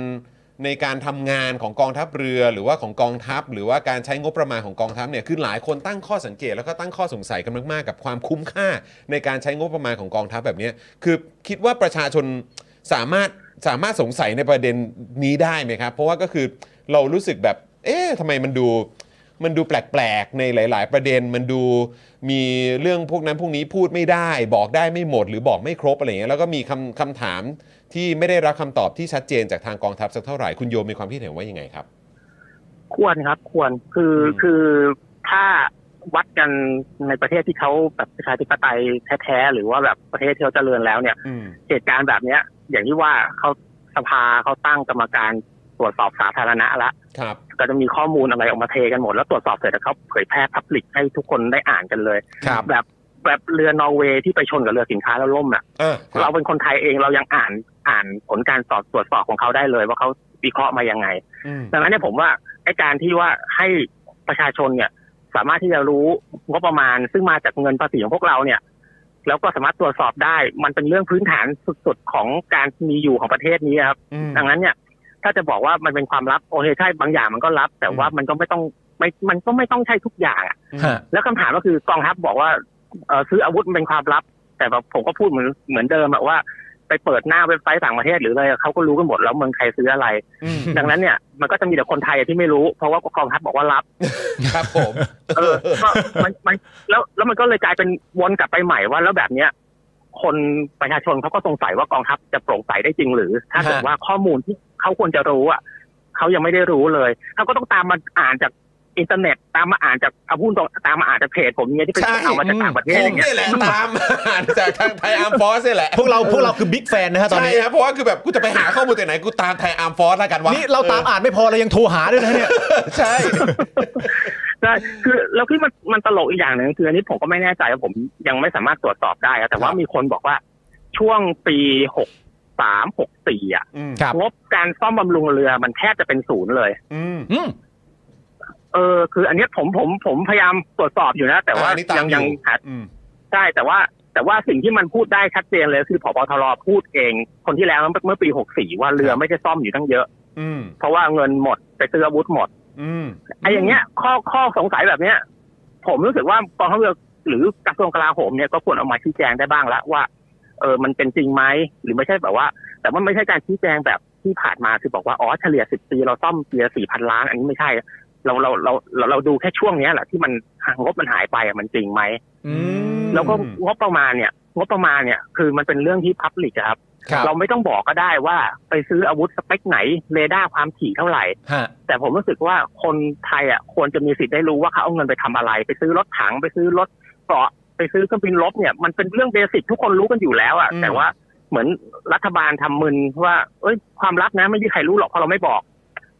ในการทำงานของกองทัพเรือ หรือว่าของกองทัพ หรือว่าการใช้งบประมาณของกองทัพเนี่ยคือหลายคนตั้งข้อสังเกต แล้วก็ตั้งข้อสงสัยกันมากๆกับความคุ้มค่าในการใช้งบประมาณของกองทัพแบบเนี้ยคือคิดว่าประชาชนสามารถสามารถสงสัยในประเด็นนี้ได้ไหมครับ เพราะว่าก็คือเรารู้สึกแบบ เอ๊ะทำไมมันดู มันดูแปลก ๆ ในหลาย ๆ ประเด็น มันดูมีเรื่องพวกนั้นพวกนี้พูดไม่ได้ บอกได้ไม่หมด หรือบอกไม่ครบอะไรอย่างเงี้ย แล้วก็มีคำคำถามที่ไม่ได้รับคำตอบที่ชัดเจนจากทางกองทัพสักเท่าไหร่ คุณโยมมีความคิดเห็นว่ายังไงครับ
ควรครับ ควรคือ
อืม
คือถ้าวัดกันในประเทศที่เขาแบบประชาธิปไตยแท้ๆหรือว่าแบบประเทศที่เขาเจริญแล้วเนี่ย
อืม
เหตุการณ์แบบเนี้ย อย่างที่ว่าเขาสภาเขาตั้งกรรมการตรวจสอบสาธารณะละ
ครับ
ก็จะมีข้อมูลอะไรออกมาเทกันหมด แล้วตรวจสอบเสร็จแล้วเขาเผยแพร่พับลิกให้ทุกคนได้อ่านกันเลย
ครับ
แบบแบบเรือนอร์เวย์ที่ไปชนกับเรือสินค้าแล้วล่มอ่ะ
อ่าครั
เรา
บ
เป็นคนไทยเองเรายังอ่านอ่านผลการสอบตรวจสอบของเขาได้เลย ว่าเขาวิเคราะห์มายังไง
อืม
ดังนั้นเนี่ยผมว่าไอ้การที่ว่าให้ประชาชนเนี่ย สามารถที่จะรู้งบประมาณ ซึ่งมาจากเงินภาษีของพวกเราเนี่ย แล้วก็สามารถตรวจสอบได้ มันเป็นเรื่องพื้นฐานสุดๆของการมีอยู่ของประเทศนี้ครับ
อืม
ดังนั้นเนี่ย ถ้าจะบอกว่ามันเป็นความลับโอเคใช่บางอย่างมันก็ลับ แต่ว่ามันก็ไม่ต้องไม่มันก็ไม่ต้องใช่ทุกอย่างอะ
อืม
ฮะ
แล้วคำถามก็คือกองทัพบอกว่าเอ่อซื้ออาวุธมันเป็นความลับ แต่แบบผมก็พูดเหมือนเหมือนเดิมแบบว่าไปเปิดหน้าเว็บไซต์ต่างประเทศหรืออะไรเขาก็รู้กันหมดแล้วเมืองใครซื้ออะไร
อืม
ดังนั้นเนี่ยมันก็จะมีแต่คนไทยที่ไม่รู้ เพราะว่ากองทัพบอกว่ารับ
ครับผม
เออก็มันมันแล้วแล้วมันก็เลยกลายเป็นวนกลับไปใหม่ว่าแล้วแบบเนี้ย คนประชาชนเขาก็สงสัยว่ากองทัพจะโปร่งใสได้จริงหรือ ถ้าเกิดว่าข้อมูลที่เขาควรจะรู้อ่ะเขายังไม่ได้รู้เลยเขาก็ต้องตามมาอ่านจากอินเทอร์เน็ต ตามมาอ่านจากอาพูดตรงตามมาอ่านจากเพจผมเนี่ยที่เป็นเอามาจากต่างประเท
ผ
ศ
ม
อย่างเงี้ย
นี่แหละตามอ่านจากทางไทยอาร์มฟอสนี่แหละ
พวกเราพวกเราคือบิ๊กแฟนนะฮะตอน
ใช่
นี้
ครับเพราะว่าคือแบบกูจะไปหาข้อมูลจากไหนกูตามไทยอาร์มฟอสแล้วกันวะ
นี่เราตาม
ออ
อ่านไม่พอเรายังโทรหาด้วยนะเนี่ย
ใช่
ใช่คือแล้วที่มันมันตลกอีกอย่างหนึ่งคืออันนี้ผมก็ไม่แน่ใจว่าผมยังไม่สามารถตรวจสอบได้อะแต่ว่ามีคนบอกว่าช่วงปีหกสามหกสี่อ่ะ
อืม
ครับ
งบการซ่อมบำรุงเรือมันแทบจะเป็นศูนย์เลย
อืม
อืม
เออคือ อันเนี้ยผมผมผมพยายามตรวจสอบอยู่นะ แต่ว่า
อ่าอันนี้ตาม
ยัง
อยู่
ยังหา
อืม
ได้แต่ว่า แต่ว่าสิ่งที่มันพูดได้ชัดเจนเลยคือผบทรพูดเอง คนที่แล้วเมื่อปีหกสี่ว่าเรือไม่ได้ซ่อมอยู่ตั้งเยอะ
อืม
เพราะว่าเงินหมดไปซื้ออาวุธหมด
อืม
ไอ้อย่างเงี้ยข้อข้อสงสัยแบบเนี้ย ผมรู้สึกว่ากองทัพเรือหรือกระทรวงกลาโหมเนี่ยก็ควรออกมาชี้แจงได้บ้างละว่า เออมันเป็นจริงไหมหรือไม่ใช่แบบว่า แต่ว่าไม่ใช่การชี้แจงแบบที่ผ่านมาคือบอกว่าอ๋อเฉลี่ยสิบปีเราซ่อมปีละสี่พันล้าน อันนี้ไม่ใช่ เราเราเราเราเราดูแค่ช่วงเนี้ยแหละที่มันงบมันหายไปอะมันจริงไหม
อืม
แล้วก็งบประมาณเนี่ยงบประมาณเนี่ยคือมันเป็นเรื่องที่พับลิกครับ
ครับ
เราไม่ต้องบอกก็ได้ว่าไปซื้ออาวุธสเปคไหนเรดาร์ความถี่เท่าไหร่
ฮะ
แต่ผมรู้สึกว่าคนไทยอ่ะควรจะมีสิทธิ์ได้รู้ว่าเขาเอาเงินไปทำอะไร ไปซื้อรถถังไปซื้อรถเกราะไปซื้อเครื่องบินรบเนี่ยมันเป็นเรื่องเบสิกทุกคนรู้กันอยู่แล้วอ่ะ
อืม
แต่ว่าเหมือนรัฐบาลทำมึนว่า เอ้ยความลับนะไม่มีใครรู้หรอกเพราะเราไม่บอก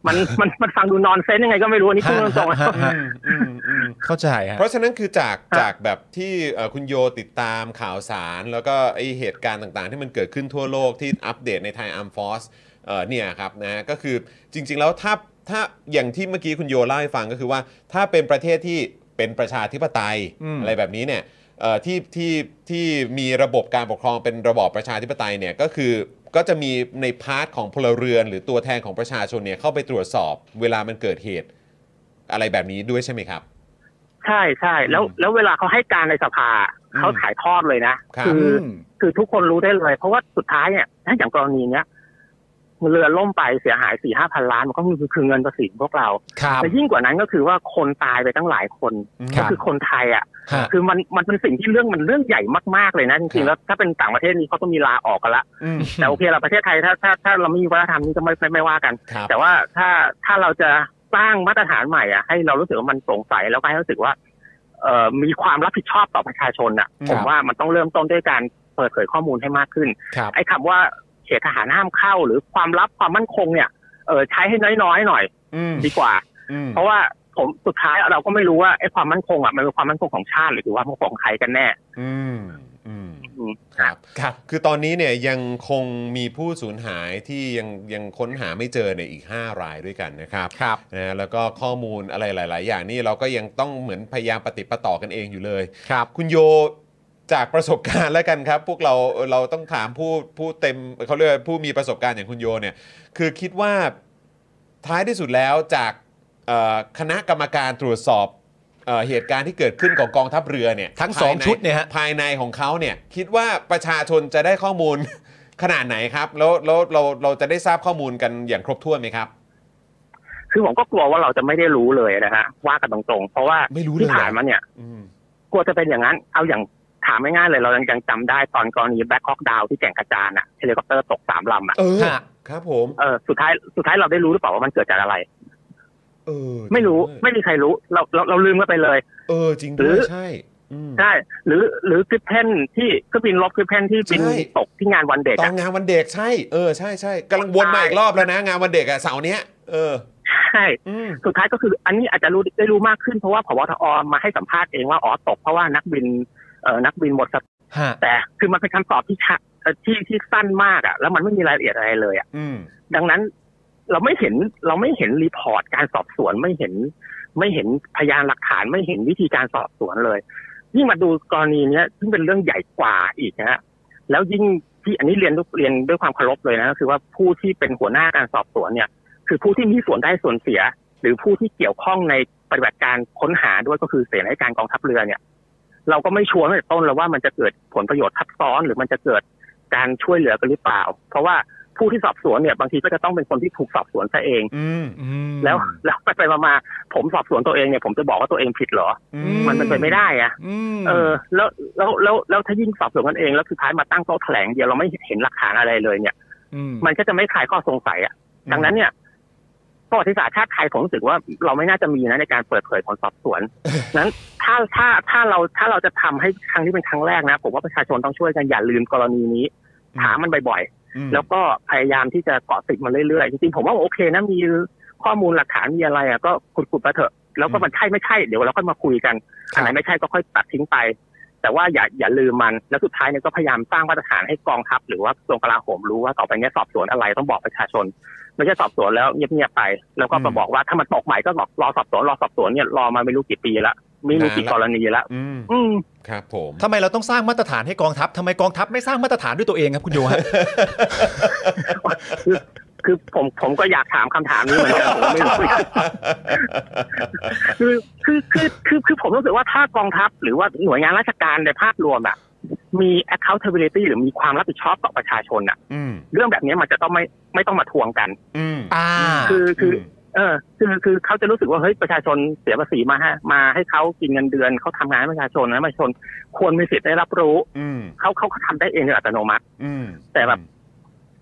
*laughs* มันมันมันฟังดูนอนเซนยังไงก็ไม่รู้อันนี่พูดตรงๆนะ
ฮะ
อืมอืมอืม
เข้าใจฮะ
เพราะฉะนั้นคือจาก
ครับ
จากแบบที่เอ่อคุณโยติดตามข่าวสาร แล้วก็ไอเหตุการณ์ต่างๆ ที่มันเกิดขึ้นทั่วโลกที่อัปเดตในไทยอาร์มฟอสเนี่ยครับนะก็คือจริง ๆ แล้วถ้าถ้าอย่างที่เมื่อกี้คุณโยเล่าให้ฟังก็คือว่า ถ้าเป็นประเทศที่เป็นประชาธิปไตย
อืม
อะไรแบบนี้เนี่ยเอ่อที่ที่ที่มีระบบการปกครองเป็นระบอบประชาธิปไตยเนี่ยก็คือก็จะมีในพาร์ทของพลเรือน หรือตัวแทนของประชาชนเนี่ยเข้าไปตรวจสอบเวลามันเกิดเหตุอะไรแบบนี้ด้วยใช่ไหมครับ
ใช่ใช่แล้วแล้วเวลาเขาให้การในสภา
อืม
เขาถ่ายทอดเลยนะครับ อ
ม
คือทุกคนรู้ได้เลย เพราะว่าสุดท้ายเนี่ยถ้าอย่างกรณีเนี้ยเรือล่มไปเสียหายสี่ห้าพันล้านมันก็คือคือเงินภาษีของพวกเรา
ครับ
แต่ยิ่งกว่านั้นก็คือว่าคนตายไปตั้งหลายคน
ครั
ก็
บ
คือคนไทยอ่ะ
ฮะ
คือมันมันเป็นสิ่งที่เรื่องมันเรื่องใหญ่มากๆเลยนะจริงๆแล้วถ้าเป็นต่างประเทศนี้เขาต้องมีลาออกกันละ
อืม
แต่โอเคเราประเทศไทยถ้าถ้าถ้าเราไม่มีวัฒนธรรมนี้ก็ไม่ไม่ไม่ว่ากัน
ครับ
แต่ว่าถ้าถ้าเราจะสร้างมาตรฐานใหม่อ่ะให้เรารู้สึกว่ามันโปร่งใสแล้วก็ให้รู้สึกว่าเอ่อมีความรับผิดชอบต่อประชาชนอ่ะ
ครับ
ผมว่ามันต้องเริ่มต้นด้วยการ เปิดเผยข้อมูลให้มากขึ้น
ครับ
ไอ้คำว่าเขตทหารห้ามเข้าหรือความลับความมั่นคงเนี่ยเออใช้ให้น้อยๆหน่อย
อืม
ดีกว่า
อืม
เพราะว่าผมสุดท้ายเราก็ไม่รู้ว่าไอ้ความมั่นคงอ่ะมันเป็นความมั่นคงของชาติหรือว่าของใครกันแน่
อืมอืม
อืม
ครับ
ครับ
คือตอนนี้เนี่ยยังคงมีผู้สูญหายที่ยังยังค้นหาไม่เจอเนี่ยอีก 5 รายด้วยกันนะครับ
ครับ
นะฮะแล้วก็ข้อมูลอะไรหลาย ๆ อย่างนี่เราก็ยังต้องเหมือนพยายามปฏิดปะต่อกันเองอยู่เลย
ครับ
คุณโยจากประสบการณ์แล้วกันครับ พวกเราเราต้องถามผู้ผู้เต็มเขาเรียกว่าผู้มีประสบการณ์อย่างคุณโยเนี่ย คือคิดว่าท้ายที่สุดแล้วจากเอ่อคณะกรรมการตรวจสอบเอ่อเหตุการณ์ที่เกิดขึ้นของกองทัพเรือเนี่ย
ทั้งสอง
ภาใ
ชุดเนี่ยฮะ
ภายในของเขาเนี่ยคิดว่าประชาชนจะได้ข้อมูล *laughs* ขนาดไหนครับ แล้วแล้วเราเราจะได้ทราบข้อมูลกันอย่างครบถ้วนไหมครับ
คือผมก็กลัวว่าเราจะไม่ได้รู้เลยนะฮะว่ากันตรงๆ เพราะว่า
ไม่รู้เลย
ที่
เหรอ
ผ่านมาเนี่ย
อืม
กลัวจะเป็นอย่างนั้น เอาอย่างถามง่ายๆเลยเรายังจำได้ตอนกรณีแบ็คฮอกดาวที่แก่งกระจานอะเฮลิคอปเตอร์ตกสามลำอะ
เออ
ฮะ
ครับผม
เออสุดท้ายสุดท้ายเราได้รู้หรือเปล่าว่ามันเกิดจากอะไร
เออ
ไม่รู้ไม่มีใครรู้เราเราเราลืมกันไปเลย
เออจริงด้ว
หรื
ย
อ
ใช่อืม
ใช่หรือหรือกริปเพนที่ก็บินลบกริปเพนที่บิน
ใช่
ตกที่งานวันเด็ก
ตอ
อะ
นงานวันเด็กใช่ เออ ใช่ใช่กำลังวนมา
ใช่
อีกรอบแล้วนะ งานวันเด็กอะเสาร์เนี้ย เออ
ใช่
อืม
สุดท้ายก็คืออันนี้อาจจะรู้ได้รู้มากขึ้นเพราะว่าผบทอมาให้สัมภาษณ์เองว่าอ๋อตกเพราะว่านักบินเอ่อนักบินหมดสติ
ฮะ
แต่คือมันเป็นคำตอบที่ชะเอ่อที่ที่สั้นมากอะแล้วมันไม่มีรายละเอียดอะไรเลยอะ
อืม
ดังนั้นเราไม่เห็นเราไม่เห็นรีพอร์ตการสอบสวนไม่เห็น ไม่เห็นพยานหลักฐานไม่เห็นวิธีการสอบสวนเลยยิ่งมาดูกรณีเนี้ยซึ่งเป็นเรื่องใหญ่กว่าอีกนะฮะแล้วยิ่งที่อันนี้เรียนเรียนด้วยความเคารพเลยนะก็คือว่าผู้ที่เป็นหัวหน้าการสอบสวนเนี่ย คือผู้ที่มีส่วนได้ส่วนเสีย หรือผู้ที่เกี่ยวข้องในปฏิบัติการค้นหาด้วยก็คือเสนาธิการกองทัพเรือเนี่ย เราก็ไม่ชัวร์ตั้งแต่ต้นแล้วว่ามันจะเกิดผลประโยชน์ทับซ้อน หรือมันจะเกิดการช่วยเหลือกันหรือเปล่า เพราะว่าผู้ที่สอบสวนเนี่ยบางทีก็จะต้องเป็นคนที่ถูกสอบสวนซะเอง
อืม
อืม
แล้ว *laughs* แล้วไปไปๆมาๆผมสอบสวนตัวเองเนี่ยผมจะบอกว่าตัวเองผิดเหรอ
อื
ม
มันเป็นไปไม่ได้อะ
อืม
เออแล้วแล้วแล้วแล้วถ้ายิ่งสอบสวนกันเองแล้วสุดท้ายมาตั้งโต๊ะแถลงเดียวเราไม่เห็นหลักฐานอะไรเลยเนี่ย
ม
มันก็จะไม่คลายข้อสงสัยอะดังนั้นเนี่ยประวัติศาสตร์ชาติไทยผมรู้สึกว่าเราไม่น่าจะมีนะในการเปิดเผยผลสอบสวน นั้นถ้าถ้าถ้าเราถ้าเราจะทำให้ครั้งนี้เป็นครั้งแรกนะ ผมว่าประชาชนต้องช่วยกันอย่าลืมกรณีนี้ ถามมันบ่อยๆ
อืม
แล้วก็พยายามที่จะเกาะติดมันเรื่อยๆ จริงๆ ผมว่าโอเคนะมีข้อมูลหลักฐานมีอะไรอ่ะก็ขุดๆไปเถอะ แล้วก็มันใช่ไม่ใช่ เดี๋ยวเราก็มาคุยกันอันไหนไม่ใช่ก็ค่อยตัดทิ้งไป แต่ว่าอย่าอย่าลืมมันแล้วสุดท้ายเนี่ยก็พยายามสร้างมาตรฐานให้กองทัพหรือว่ากระทรวงกลาโหมรู้ว่าต่อไปเนี้ยสอบสวนอะไรต้องบอกประชาชน ไม่ใช่สอบสวนแล้วเงียบๆไป แล้วก็มาบอกว่าถ้ามันตกใหม่ก็บอกรอสอบสวนรอสอบสวนเนี่ยรอมาไม่รู้กี่ปีละไม่รู้กี่กรณีละ
อืม
อืม
ครับผม
ทำไมเราต้องสร้างมาตรฐานให้กองทัพทำไมกองทัพไม่สร้างมาตรฐานด้วยตัวเองครับคุณโยฮะ
คือผมผมก็อยากถามคำถามนี้เหมือนกันผมไม่รู้คือคือคือคือคือผมรู้สึกว่าถ้ากองทัพ หรือว่าหน่วยงานราชการในภาพรวมอะมี accountability หรือมีความรับผิดชอบต่อประชาชนอะ
อืม
เรื่องแบบนี้มันจะต้องไม่ไม่ต้องมาทวงกัน
อืม
อ่า
คือคือ
ม
เออคือคือเขาจะรู้สึกว่าเฮ้ยประชาชนเสียภาษีมาฮะมาให้เขากินเงินเดือนเขาทำงานให้ประชาชนนะประชาชนควรมีสิทธิ์ได้รับรู้
อืม
เขาเขาทำได้เองโดยอัตโนมัติ
อืม
แต่แบบ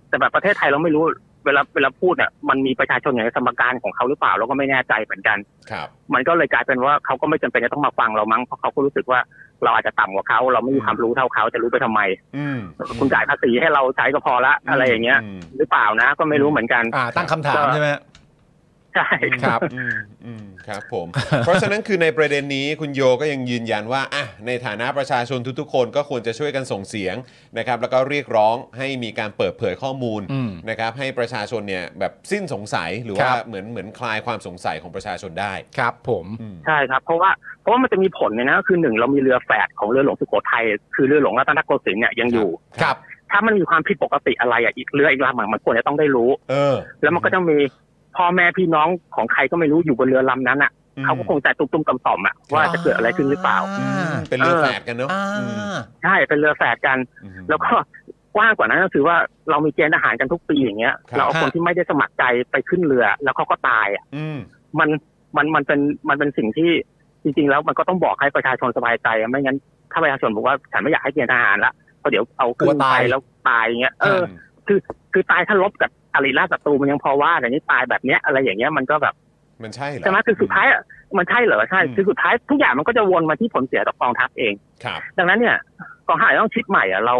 แต่แบบประเทศไทยเราไม่รู้เวลาเวลาพูดเนี่ยมันมีประชาชนอยู่ในสมการของเขาหรือเปล่าเราก็ไม่แน่ใจเหมือนกัน
ครับ
มันก็เลยกลายเป็นว่าเขาก็ไม่จำเป็นจะต้องมาฟังเรามั้งเพราะเขาก็รู้สึกว่าเราอาจจะต่ำกว่าเขาเราไม่มีความรู้เท่าเขาจะรู้ไปทำไม
อืม
คุณจ่ายภาษีให้เราใช้ก็พอละอะไรอย่างเงี้ย
ม
หรือเปล่านะก็ไม่รู้เหมือนกัน
อ่า ตั้งคำถามใช่ไหมฮะ
ใช่
ครับ
อืมอืมครับผม เพราะฉะนั้นคือในประเด็นนี้คุณโยก็ยังยืนยันว่าอ่ะในฐานะประชาชนทุกๆ คนก็ควรจะช่วยกันส่งเสียงนะครับ แล้วก็เรียกร้องให้มีการเปิดเผยข้อมูล
อืม
นะครับให้ประชาชนเนี่ยแบบสิ้นสงสัยหรือว่า
ครับ
เหมือนเหมือนคลายความสงสัยของประชาชนได้
ครับผม
อืม
ใช่ครับ เพราะว่าเพราะว่ามันจะมีผลเนี่ยนะคือหนึ่งเรามีเรือแฝดของเรือหลวงสุโขทัยคือเรือหลวงรัตนโกสินทร์เนี่ยยังอยู่
ครับ
ถ้ามันมีความผิดปกติอะไรอ่ะอีกเรืออีกลำอ่ะมันควรจะต้องได้รู้
เออ
แล้วมันก็จะมีพ่อแม่พี่น้องของใครก็ไม่รู้อยู่บนเรือลำนั้นอ่ะ
อืม
เขาก็คงใจตุ้มๆกำต่อมอ่ะว่าจะเกิดอะไรขึ้นหรือเปล่า
อืมเป็นเรือแฝดกันเนาะ
อ่า
อืม
ใช่เป็นเรือแฝดกัน
อืม
แล้วก็ *laughs* กว้างกว่านั้นก็คือว่าเรามีเกณฑ์ทหารกันทุกปีอย่างเงี้ย
ครับ
เราเอาคนที่ไม่ได้สมัครใจไปขึ้นเรือ แล้วเขาก็ตายอ่ะ
อืม
มันมันมันเป็นมันเป็นสิ่งที่จริง ๆ แล้วมันก็ต้องบอกให้ประชาชนสบายใจอะไม่งั้นถ้าประชาชนบอกว่าฉันไม่อยากให้เกณฑ์ทหารละก็เดี๋ยวเอาขึ้น
กลัวตา
ไป
ย
แล้วตายอย่างเงี้ยเออ คือตายถ้าลบกับอริราชศัตรูมันยังพอว่าแต่นี่ตายแบบเนี้ยอะไรอย่างเงี้ยมันก็แบบ
มันใช่เหรอ
ใช่ไหมคือสุดท้ายอะมันใช่เหรอใช่
อืม
คือสุดท้ายทุกอย่างมันก็จะวนมาที่ผลเสียต่อกองทัพเอง
ครับ
ดังนั้นเนี่ยกองทัพอาจจะต้องคิดใหม่อ่ะเรา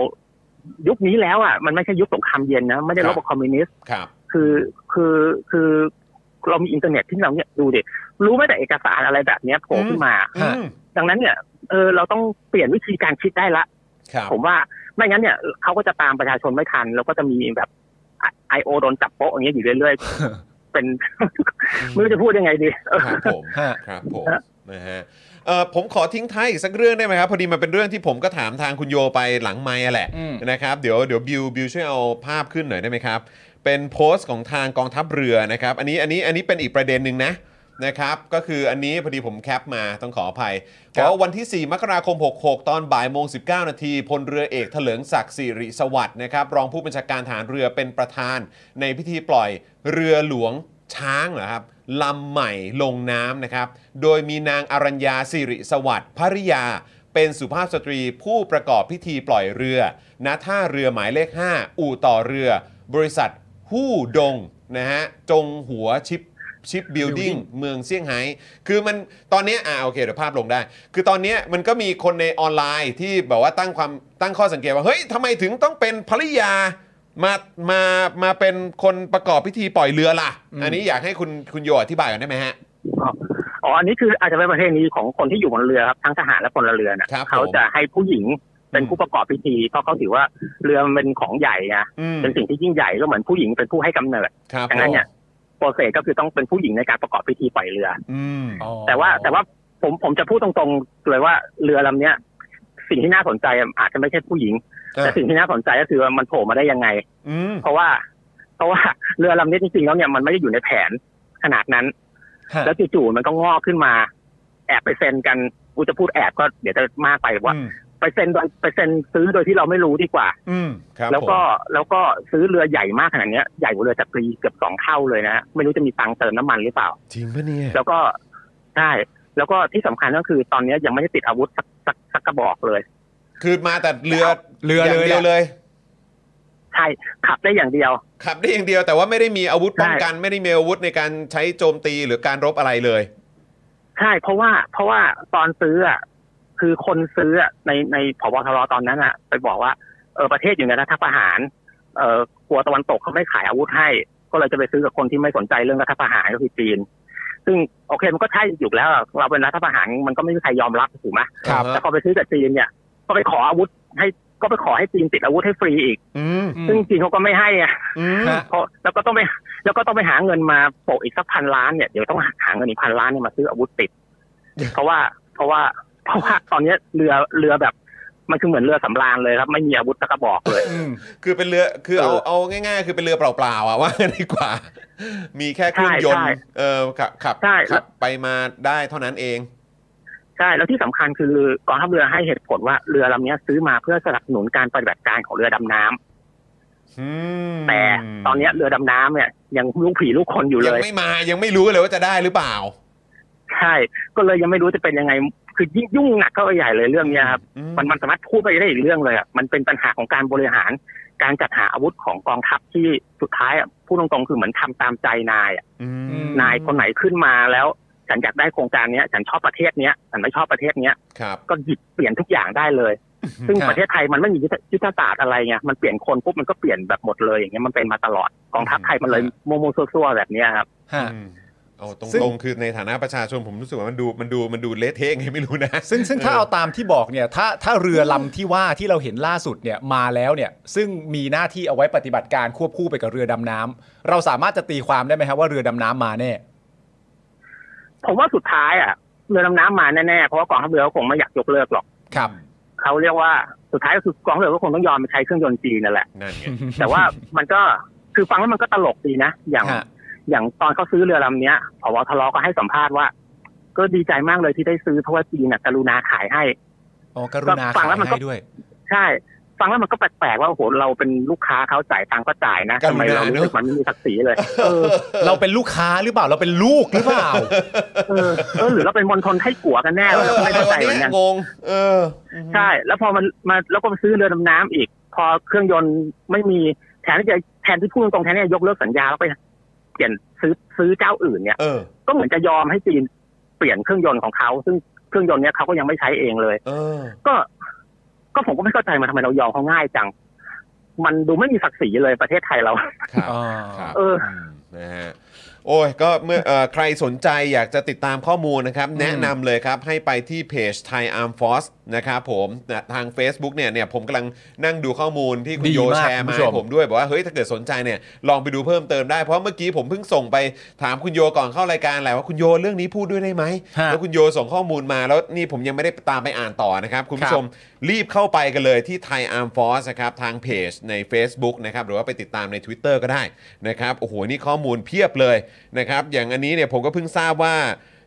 ยุคนี้แล้วอ่ะมันไม่ใช่ยุคสงครามเย็นนะ ไม่ได้รบกับคอมมิวนิสต์
ครับ
คือคือคือเรามีอินเทอร์เน็ตที่เราเนี่ยดูดิรู้ไหมแต่เอกสารอะไรแบบเนี้ยโผล่ขึ้นมา
อืม
ดังนั้นเนี่ยเออเราต้องเปลี่ยนวิธีการคิดได้ละ
ครับ
ผมว่าไม่งั้นเนี่ยเขาก็จะตามประชาชนไม่ทัน แล้วก็จะมีแบบไอโอโดนจับโป๊ะอย่างเงี้ยอยู่เรื่อยๆ เป็น ไม่รู้จะพูดยังไงดีเออ
ครับผม
ฮะ
ครับผม
ฮะ
นะฮะเอ่อผมขอทิ้งท้ายอีกสักเรื่องได้ไหมครับ พอดีมันเป็นเรื่องที่ผมก็ถามทางคุณโยไปหลังไมค์อะแหละ
อืม
นะครับเดี๋ยวเดี๋ยวบิวบิวช่วยเอาภาพขึ้นหน่อยได้ไหมครับ เป็นโพสต์ของทางกองทัพเรือนะครับ อันนี้อันนี้อันนี้เป็นอีกประเด็นหนึ่งนะนะครับ ก็คืออันนี้พอดีผมแคปมาต้องขออภัยเพราะวันที่ 4 มกราคม 66 ตอนบ่ายโมง 19 นาทีพลเรือเอกเถลิงศักดิ์สิริสวัสดิ์นะครับรองผู้บัญชาการฐานเรือเป็นประธาน ในพิธีปล่อยเรือหลวง ช้างเหรอครับลำใหม่ลงน้ำนะครับ โดยมีนางอรัญญาสิริสวัสดิ์ภริยา เป็นสุภาพสตรีผู้ประกอบพิธีปล่อยเรือ ณท่าเรือหมายเลข 5 อู่ต่อเรือ บริษัทฮู้ดงนะฮะจงหัวชิปชิปบิลดิ้ง
Building
เมืองเซี่ยงไฮ้คือมันตอนเนี้ยอ่าโอเคเดี๋ยวภาพลงได้ คือตอนเนี้ยมันก็มีคนในออนไลน์ที่แบบว่าตั้งความตั้งข้อสังเกตว่า เฮ้ยทำไมถึงต้องเป็นภริยามามามาเป็นคนประกอบพิธีปล่อยเรือล่ะ
อืม
อันนี้อยากให้คุณคุณโยอธิบายก่อนได้ไหมฮะ
อ๋ออันนี้คืออาจจะเป็นประเพณีของคนที่อยู่บนเรือครับทั้งทหารและพลเรือนนะครับ
ผม
เขาจะให้ผู้หญิงเป็นผู้ประกอบพิธีเพราะเขาถือว่าเรือมันเป็นของใหญ่นะ
อืม
เป็นสิ่งที่ยิ่งใหญ่ก็เหมือนผู้หญิงเป็นผู้ให้กำเนิด
ครับ
ดังนั้นเนี่ยโปรเซสก็คือต้องเป็นผู้หญิงในการประกอบพิธีปล่อยเรือ
อืม
อ๋อ
แต่ว่าแต่ว่าผมผมจะพูดตรงๆเลยว่าเรือลำเนี้ย สิ่งที่น่าสนใจอะอาจจะไม่ใช่ผู้หญิง แต่สิ่งที่น่าสนใจก็คือว่ามันโผล่มาได้ยังไง
อืม
เพราะว่า เพราะว่าเรือลำนี้จริงๆแล้วเนี่ยมันไม่ได้อยู่ในแผนขนาดนั้น
ฮะ
แล้วจู่ๆมันก็งอกขึ้นมา แอบไปเซ็นกันกูจะพูดแอบก็เดี๋ยวจะมากไปว่า
อืม
ไปเซ็นโดยไปเซ็นซื้อโดยที่เราไม่รู้ดีกว่า
อืมครับ
แล้วก็
ผม
แล้วก็ซื้อเรือใหญ่มากขนาดเนี้ยใหญ่กว่าเรือจักรีเกือบสองเท่าเลยนะฮะไม่รู้จะมีตังค์เติมน้ำมันหรือเปล่า
จริงปะเนี่ย
แล้วก็ใช่แล้วก็ที่สำคัญก็คือตอนนี้ยังไม่ได้ติดอาวุธสักสักสักกระบอกเลย
คือมาแต่เรือ
เรือ
อย่าง
เลย
เดียว
แหละ
เลย
ใช่ขับได้อย่างเดียว
ขับได้อย่างเดียวแต่ว่าไม่ได้มีอาวุธป้อง
ใช่
กันไม่ได้มีอาวุธในการใช้โจมตีหรือการรบอะไรเลย
ใช่เพราะว่าเพราะว่าตอนซื้ออ่ะคือคนซื้ออ่ะในในพบทรตอนนั้นอ่ะ ไปบอกว่าเออประเทศอยู่ในรัฐประหารเออกลัวตะวันตกเขาไม่ขายอาวุธให้ ก็เลยจะไปซื้อกับคนที่ไม่สนใจเรื่องรัฐประหารก็คือจีน ซึ่งโอเคมันก็ใช่อยู่แล้วอะเราเป็นรัฐประหารมันก็ไม่มีใครยอมรับถูกไหม
ครับ
แต่พอไปซื้อกับจีนเนี่ย ก็ไปขออาวุธให้ก็ไปขอให้จีนติดอาวุธให้ฟรีอีก
อืม
อืม
ซึ่งจีนเขาก็ไม่ให้อ่ะ
อืม
ฮะ
เพราะแล้วก็ต้องไปแล้วก็ต้องไปหาเงินมาโปะอีกสักพันล้านเนี่ยเดี๋ยวต้องหาเงินอีกพันล้านเนี่ยมาซื้ออาวุธติด เพราะว่าเพราะว่าเพราะว่าตอนเนี้ยเรือเรือแบบ มันคือเหมือนเรือสำราญเลยครับ ไม่มีอาวุธสักกระบอกเลย
อืม
คือเป็นเรือคือเอา
เออ
เอาง่ายๆ คือเป็นเรือเปล่าๆอ่ะ *laughs* ว่างั้นดีกว่า มีแค่เครื่องยนต์
ใช่ใช่
เออขับขับ
ใช่แล้
ขั
ว
บไปมาได้เท่านั้นเอง
ใช่แล้วที่สำคัญคือกองทัพเรือให้เหตุผลว่าเรือลำเนี้ยซื้อมาเพื่อสนับสนุนการปฏิบัติการของเรือดำน้ำ
อืม
แต่ตอนเนี้ยเรือดำน้ำเนี่ยยังลูกผีลูกคนอยู่เล
ยัง
ย
ไม่มายังไม่รู้เลยว่าจะได้หรือเปล่า
ใช่ ก็เลยยังไม่รู้จะเป็นยังไง คือยิ่งยุ่งหนักเข้าไปใหญ่เลยเรื่องเนี้ยครับ
อื
มันมันสามารถพูดไปได้อีกเรื่องเลยอ่ะ มันเป็นปัญหาของการบริหาร การจัดหาอาวุธของกองทัพที่สุดท้ายอ่ะพูดตรงๆคือเหมือนทำตามใจนายอ่ะ
อืม
ม
นายคนไหนขึ้นมาแล้ว ฉันอยากได้โครงการเนี้ย ฉันชอบประเทศเนี้ย ฉันไม่ชอบประเทศเนี้ย
ครับ
ก็หยิบเปลี่ยนทุกอย่างได้เลย ซึ่ง
ครับ
ประเทศไทยมันไม่มียุทธยุทธศาสตร์อะไรไง มันเปลี่ยนคนปุ๊บมันก็เปลี่ยนแบบหมดเลยอย่างเงี้ย มันเป็นมาตลอด กองทัพไทยมันเลยโมโมวๆซัวๆแบบเนี้ยครับ
ฮะ
อืมเอาต
ซึ่ง
รงๆคือในฐานะประชาชนผมรู้สึกว่ามันดูมันดูมันดูเละเทะไงไม่รู้นะ
ซึ่งซึ่งถ้าเอาตามที่บอกเนี่ยถ้าถ้าเรือลำที่ว่าที่เราเห็นล่าสุดเนี่ยมาแล้วเนี่ยซึ่งมีหน้าที่เอาไว้ปฏิบัติการควบคู่ไปกับเรือดำน้ำเราสามารถจะตีความได้ไหมครับว่าเรือดำน้ำมาแน่
ผมว่าสุดท้ายอ่ะ เรือดำน้ำมาแน่ๆ เพราะว่ากองทัพเรือก็คงไม่อยากยกเลิกหรอก
ครับ
เขาเรียกว่าสุดท้ายก็คือกองทัพเรือก็คงต้องยอมไปใช้เครื่องยนต์จีนนั่นแหละ
นั่นไง
แต่ว่ามันก็คือฟังแล้วมันก็ตลกดีนะ อย่าง
ฮะ
อย่างตอนเขาซื้อเรือลำเนี้ยพบทรก็ให้สัมภาษณ์ว่า ก็ดีใจมากเลยที่ได้ซื้อเพราะว่าจีนน่ะกรุณาขายให้
อ๋อกรุณา
ฟั
ขาง ย
แล้วมันก็
ให้ด้วย
ใช่ ฟังแล้วมันก็แปลกๆว่าโอ้โหเราเป็นลูกค้าเขาจ่ายตังค์ก็จ่ายนะทำไมเรารู้สึกมันไม่มีศักดิ์ศรีเลยเออ
เราเป็นลูกค้าหรือเปล่าเราเป็นลูกหรือเปล่า
เออเออหรือเราเป็นมณฑลไทกัวกันแน่
เอ
เรา
อ
ก็
อะ
ไม่เข้า
ไระ
วใจเหมือน
เนี่
กั
ย
น
งง เออ
ใช่ แล้วพอมันมาแล้วก็ไปซื้อเรือดำน้ำอีก พอเครื่องยนต์ไม่มีแทนที่จะแทนที่พูดตรงๆแทนที่จะยกเลิกสัญญาแล้วไปเปลี่ยนซื้อซื้อเจ้าอื่นเนี่ย
เออ
ก็เหมือนจะยอมให้จีนเปลี่ยนเครื่องยนต์ของเขา ซึ่งเครื่องยนต์เนี้ยเขาก็ยังไม่ใช้เองเลย
เออ
ก็ ก็ผมก็ไม่เข้าใจมาทำไมเรายอมเขาง่ายจัง มันดูไม่มีศักดิ์ศรีเลยประเทศไทยเรา
ครับ
อ่า
ครับ
เอออื
มนะฮะโอ้ยก็เมื่อเอ่อใครสนใจอยากจะติดตามข้อมูลนะครับ แนะนำเลยครับ ให้ไปที่เพจ Thai Arm Force นะครับผมนะทาง Facebook เนี่ยเนี่ยผมกำลังนั่งดูข้อมูลที่คุ
ดี
ณโย
มาก
แชร์มา
คุณผู้ชม
ให้ผมด้วย บอกว่า เฮ้ย ถ้าเกิดสนใจเนี่ยลองไปดูเพิ่มเติมได้ เพราะเมื่อกี้ผมเพิ่งส่งไปถามคุณโยก่อนเข้ารายการแหละว่าคุณโยเรื่องนี้พูดด้วยได้ไหม
ฮะ
แล้วคุณโยส่งข้อมูลมาแล้วนี่ผมยังไม่ได้ตามไปอ่านต่อนะครับ คุณผู้ชมรีบเข้าไปกันเลยที่ Thai Arm Force นะครับทางเพจใน Facebook นะครับหรือว่าไปติดตามใน Twitter ก็ได้นะครับโอ้โห นี่ข้อมูลเพียบเลยนะครับอย่างอันนี้เนี่ยผมก็เพิ่งทราบว่า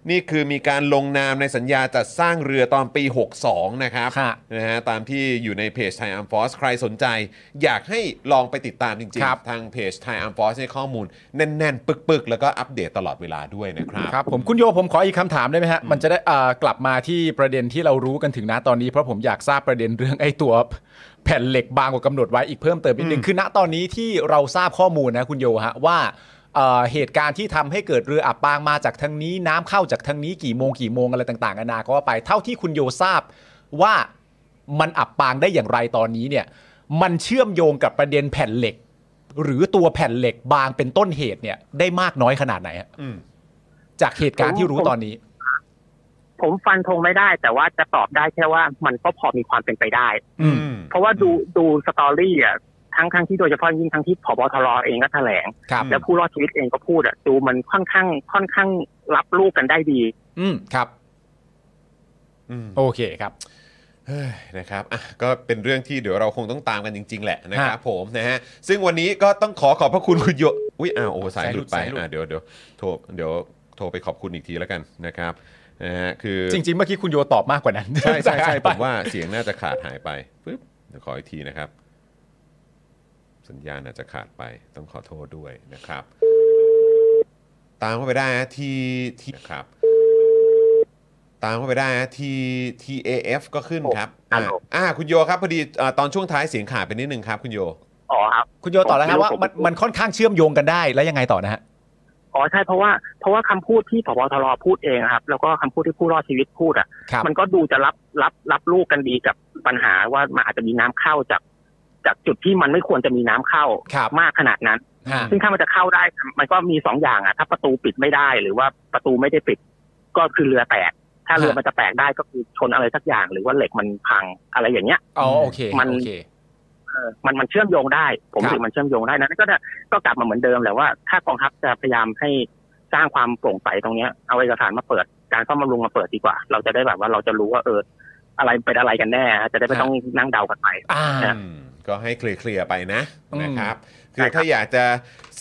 นี่คือมีการลงนามในสัญญาจัดสร้างเรือตอนปี 62 นะครับ
ค่ะ
นะฮะตามที่อยู่ในเพจ Thai Arm Force ใครสนใจ อยากให้ลองไปติดตามจริง
ครับ
ๆ ทางเพจ Thai Arm Force ให้ข้อมูลแน่นๆ ปึกๆ แล้วก็อัปเดตตลอดเวลาด้วยนะครับ
ครับผมคุณโยผมขออีกคำถามได้ไหมฮะ มันจะได้อ่ากลับมาที่ประเด็นที่เรารู้กันถึงนะตอนนี้ เพราะผมอยากทราบประเด็นเรื่องไอ้ตัวแผ่นเหล็กบางกว่ากำหนดไว้อีกเพิ่มเติมนิดนึงคือณตอนนี้ที่เราทราบข้อมูลนะคุณโยฮะว่าเอ่อเหตุการณ์ที่ทำให้เกิดเรืออับปางมาจากทางนี้ น้ำเข้าจากทางนี้กี่โมงกี่โมงอะไรต่างๆนานาก็ว่าไปเท่าที่คุณโยทราบว่ามันอับปางได้อย่างไรตอนนี้เนี่ย มันเชื่อมโยงกับประเด็นแผ่นเหล็ก หรือตัวแผ่นเหล็กบางเป็นต้นเหตุเนี่ยได้มากน้อยขนาดไหนฮะ
อืม
จากเหตุการณ์ที่รู้ตอนนี้
ผมฟันธงไม่ได้ แต่ว่าจะตอบได้แค่ว่ามันก็พอมีความเป็นไปได้
อืม
เพราะว่าดูดูสตอรี่อ่ะทั้งทั้งที่โดยเฉพาะยิ่งทั้งที่ผบทรเองก็แถลง
ครับ
อืม
แล้วผู้รอดชีวิตเองก็พูดอ่ะดูมันค่อนข้างค่อนข้างรับลูกกันได้ดี
อืม ครับ
อืม
โอเคครับ
เฮ้ยนะครับอ่ะก็เป็นเรื่องที่เดี๋ยวเราคงต้องตามกันจริง ๆ แหละนะครับ
ฮะ
ผมนะฮะซึ่งวันนี้ก็ต้องขอขอบพระคุณคุณโยอุ้ยอ้าวโอ้สาย
สาย
ห
หลุ
ลุด
ด
ไป
สายหลุด
อ่ะเดี๋ยวเดี๋ยวโทรเดี๋ยวโทรไปขอบคุณอีกทีแล้วกันนะครับนะฮะคือ
จริง ๆ เมื่อกี้คุณโยตอบมากกว่านั้น
ใช่ใช่ใช่
ไป
ผมว่าเสียงน่าจะขาดหายไปปึ๊บเดี๋ยวขออีกทีนะครับ สัญญาณอาจจะขาดไปต้องขอโทษด้วยนะครับ ตามเข้าไปได้นะที่ที่นะครับ ตามเข้าไปได้นะที่ TAF ก็ขึ้นครับ
ฮั
อ่า
ลโหล
อ่าคุณโยครับพอดีอ่าตอนช่วงท้ายเสียงขาดไปนิดนึงครับ คุณโย
อ๋อครับ
คุณโยตอบแล้วฮะว่า
ผมไม่รู้
มันมันค่อนข้างเชื่อมโยงกันได้แล้วยังไงต่อนะฮะ
อ๋อใช่เพราะว่าเพราะว่าคำพูดที่ผบทรพูดเองอะครับ แล้วก็คำพูดที่ผู้รอดชีวิตพูดอ่ะ
ครับ
มันก็ดูจะรับรับรับลูกกันดีกับปัญหาว่ามันอาจจะมีน้ำเข้าจาก จากจุดที่มันไม่ควรจะมีน้ำเข้า
ครับ
มากขนาดนั้น
ฮะ
ซึ่งถ้ามันจะเข้าได้ มันก็มีสองอย่างอะถ้าประตูปิดไม่ได้หรือว่าประตูไม่ได้ปิด ก็คือเรือแตก ถ้าเรือมันจะแตกได้ก็คือชนอะไรสักอย่าง หรือว่าเหล็กมันพังอะไรอย่างเงี้ย
อ๋อโอเค
มัน
โอเค
เออมันมันเชื่อมโยงได้ ผม
ครับ
ถือมันเชื่อมโยงได้นั้นก็ได้ก็กลับมาเหมือนเดิมแหละว่าถ้ากองทัพจะพยายามให้สร้างความโปร่งใสตรงเนี้ยเอาเอกสารมาเปิด การซ่อมบำรุงมาเปิดดีกว่า เราจะได้แบบว่าเราจะรู้ว่าเอออะไรเป็นอะไรกันแน่ฮะจะได้ไม่ต้องนั่งเดากันไป
อ่า
ฮะ
อืมก็ให้เคลียร์ๆไปนะ
อืม
นะครับ
ใช่
คือถ้าอยากจะ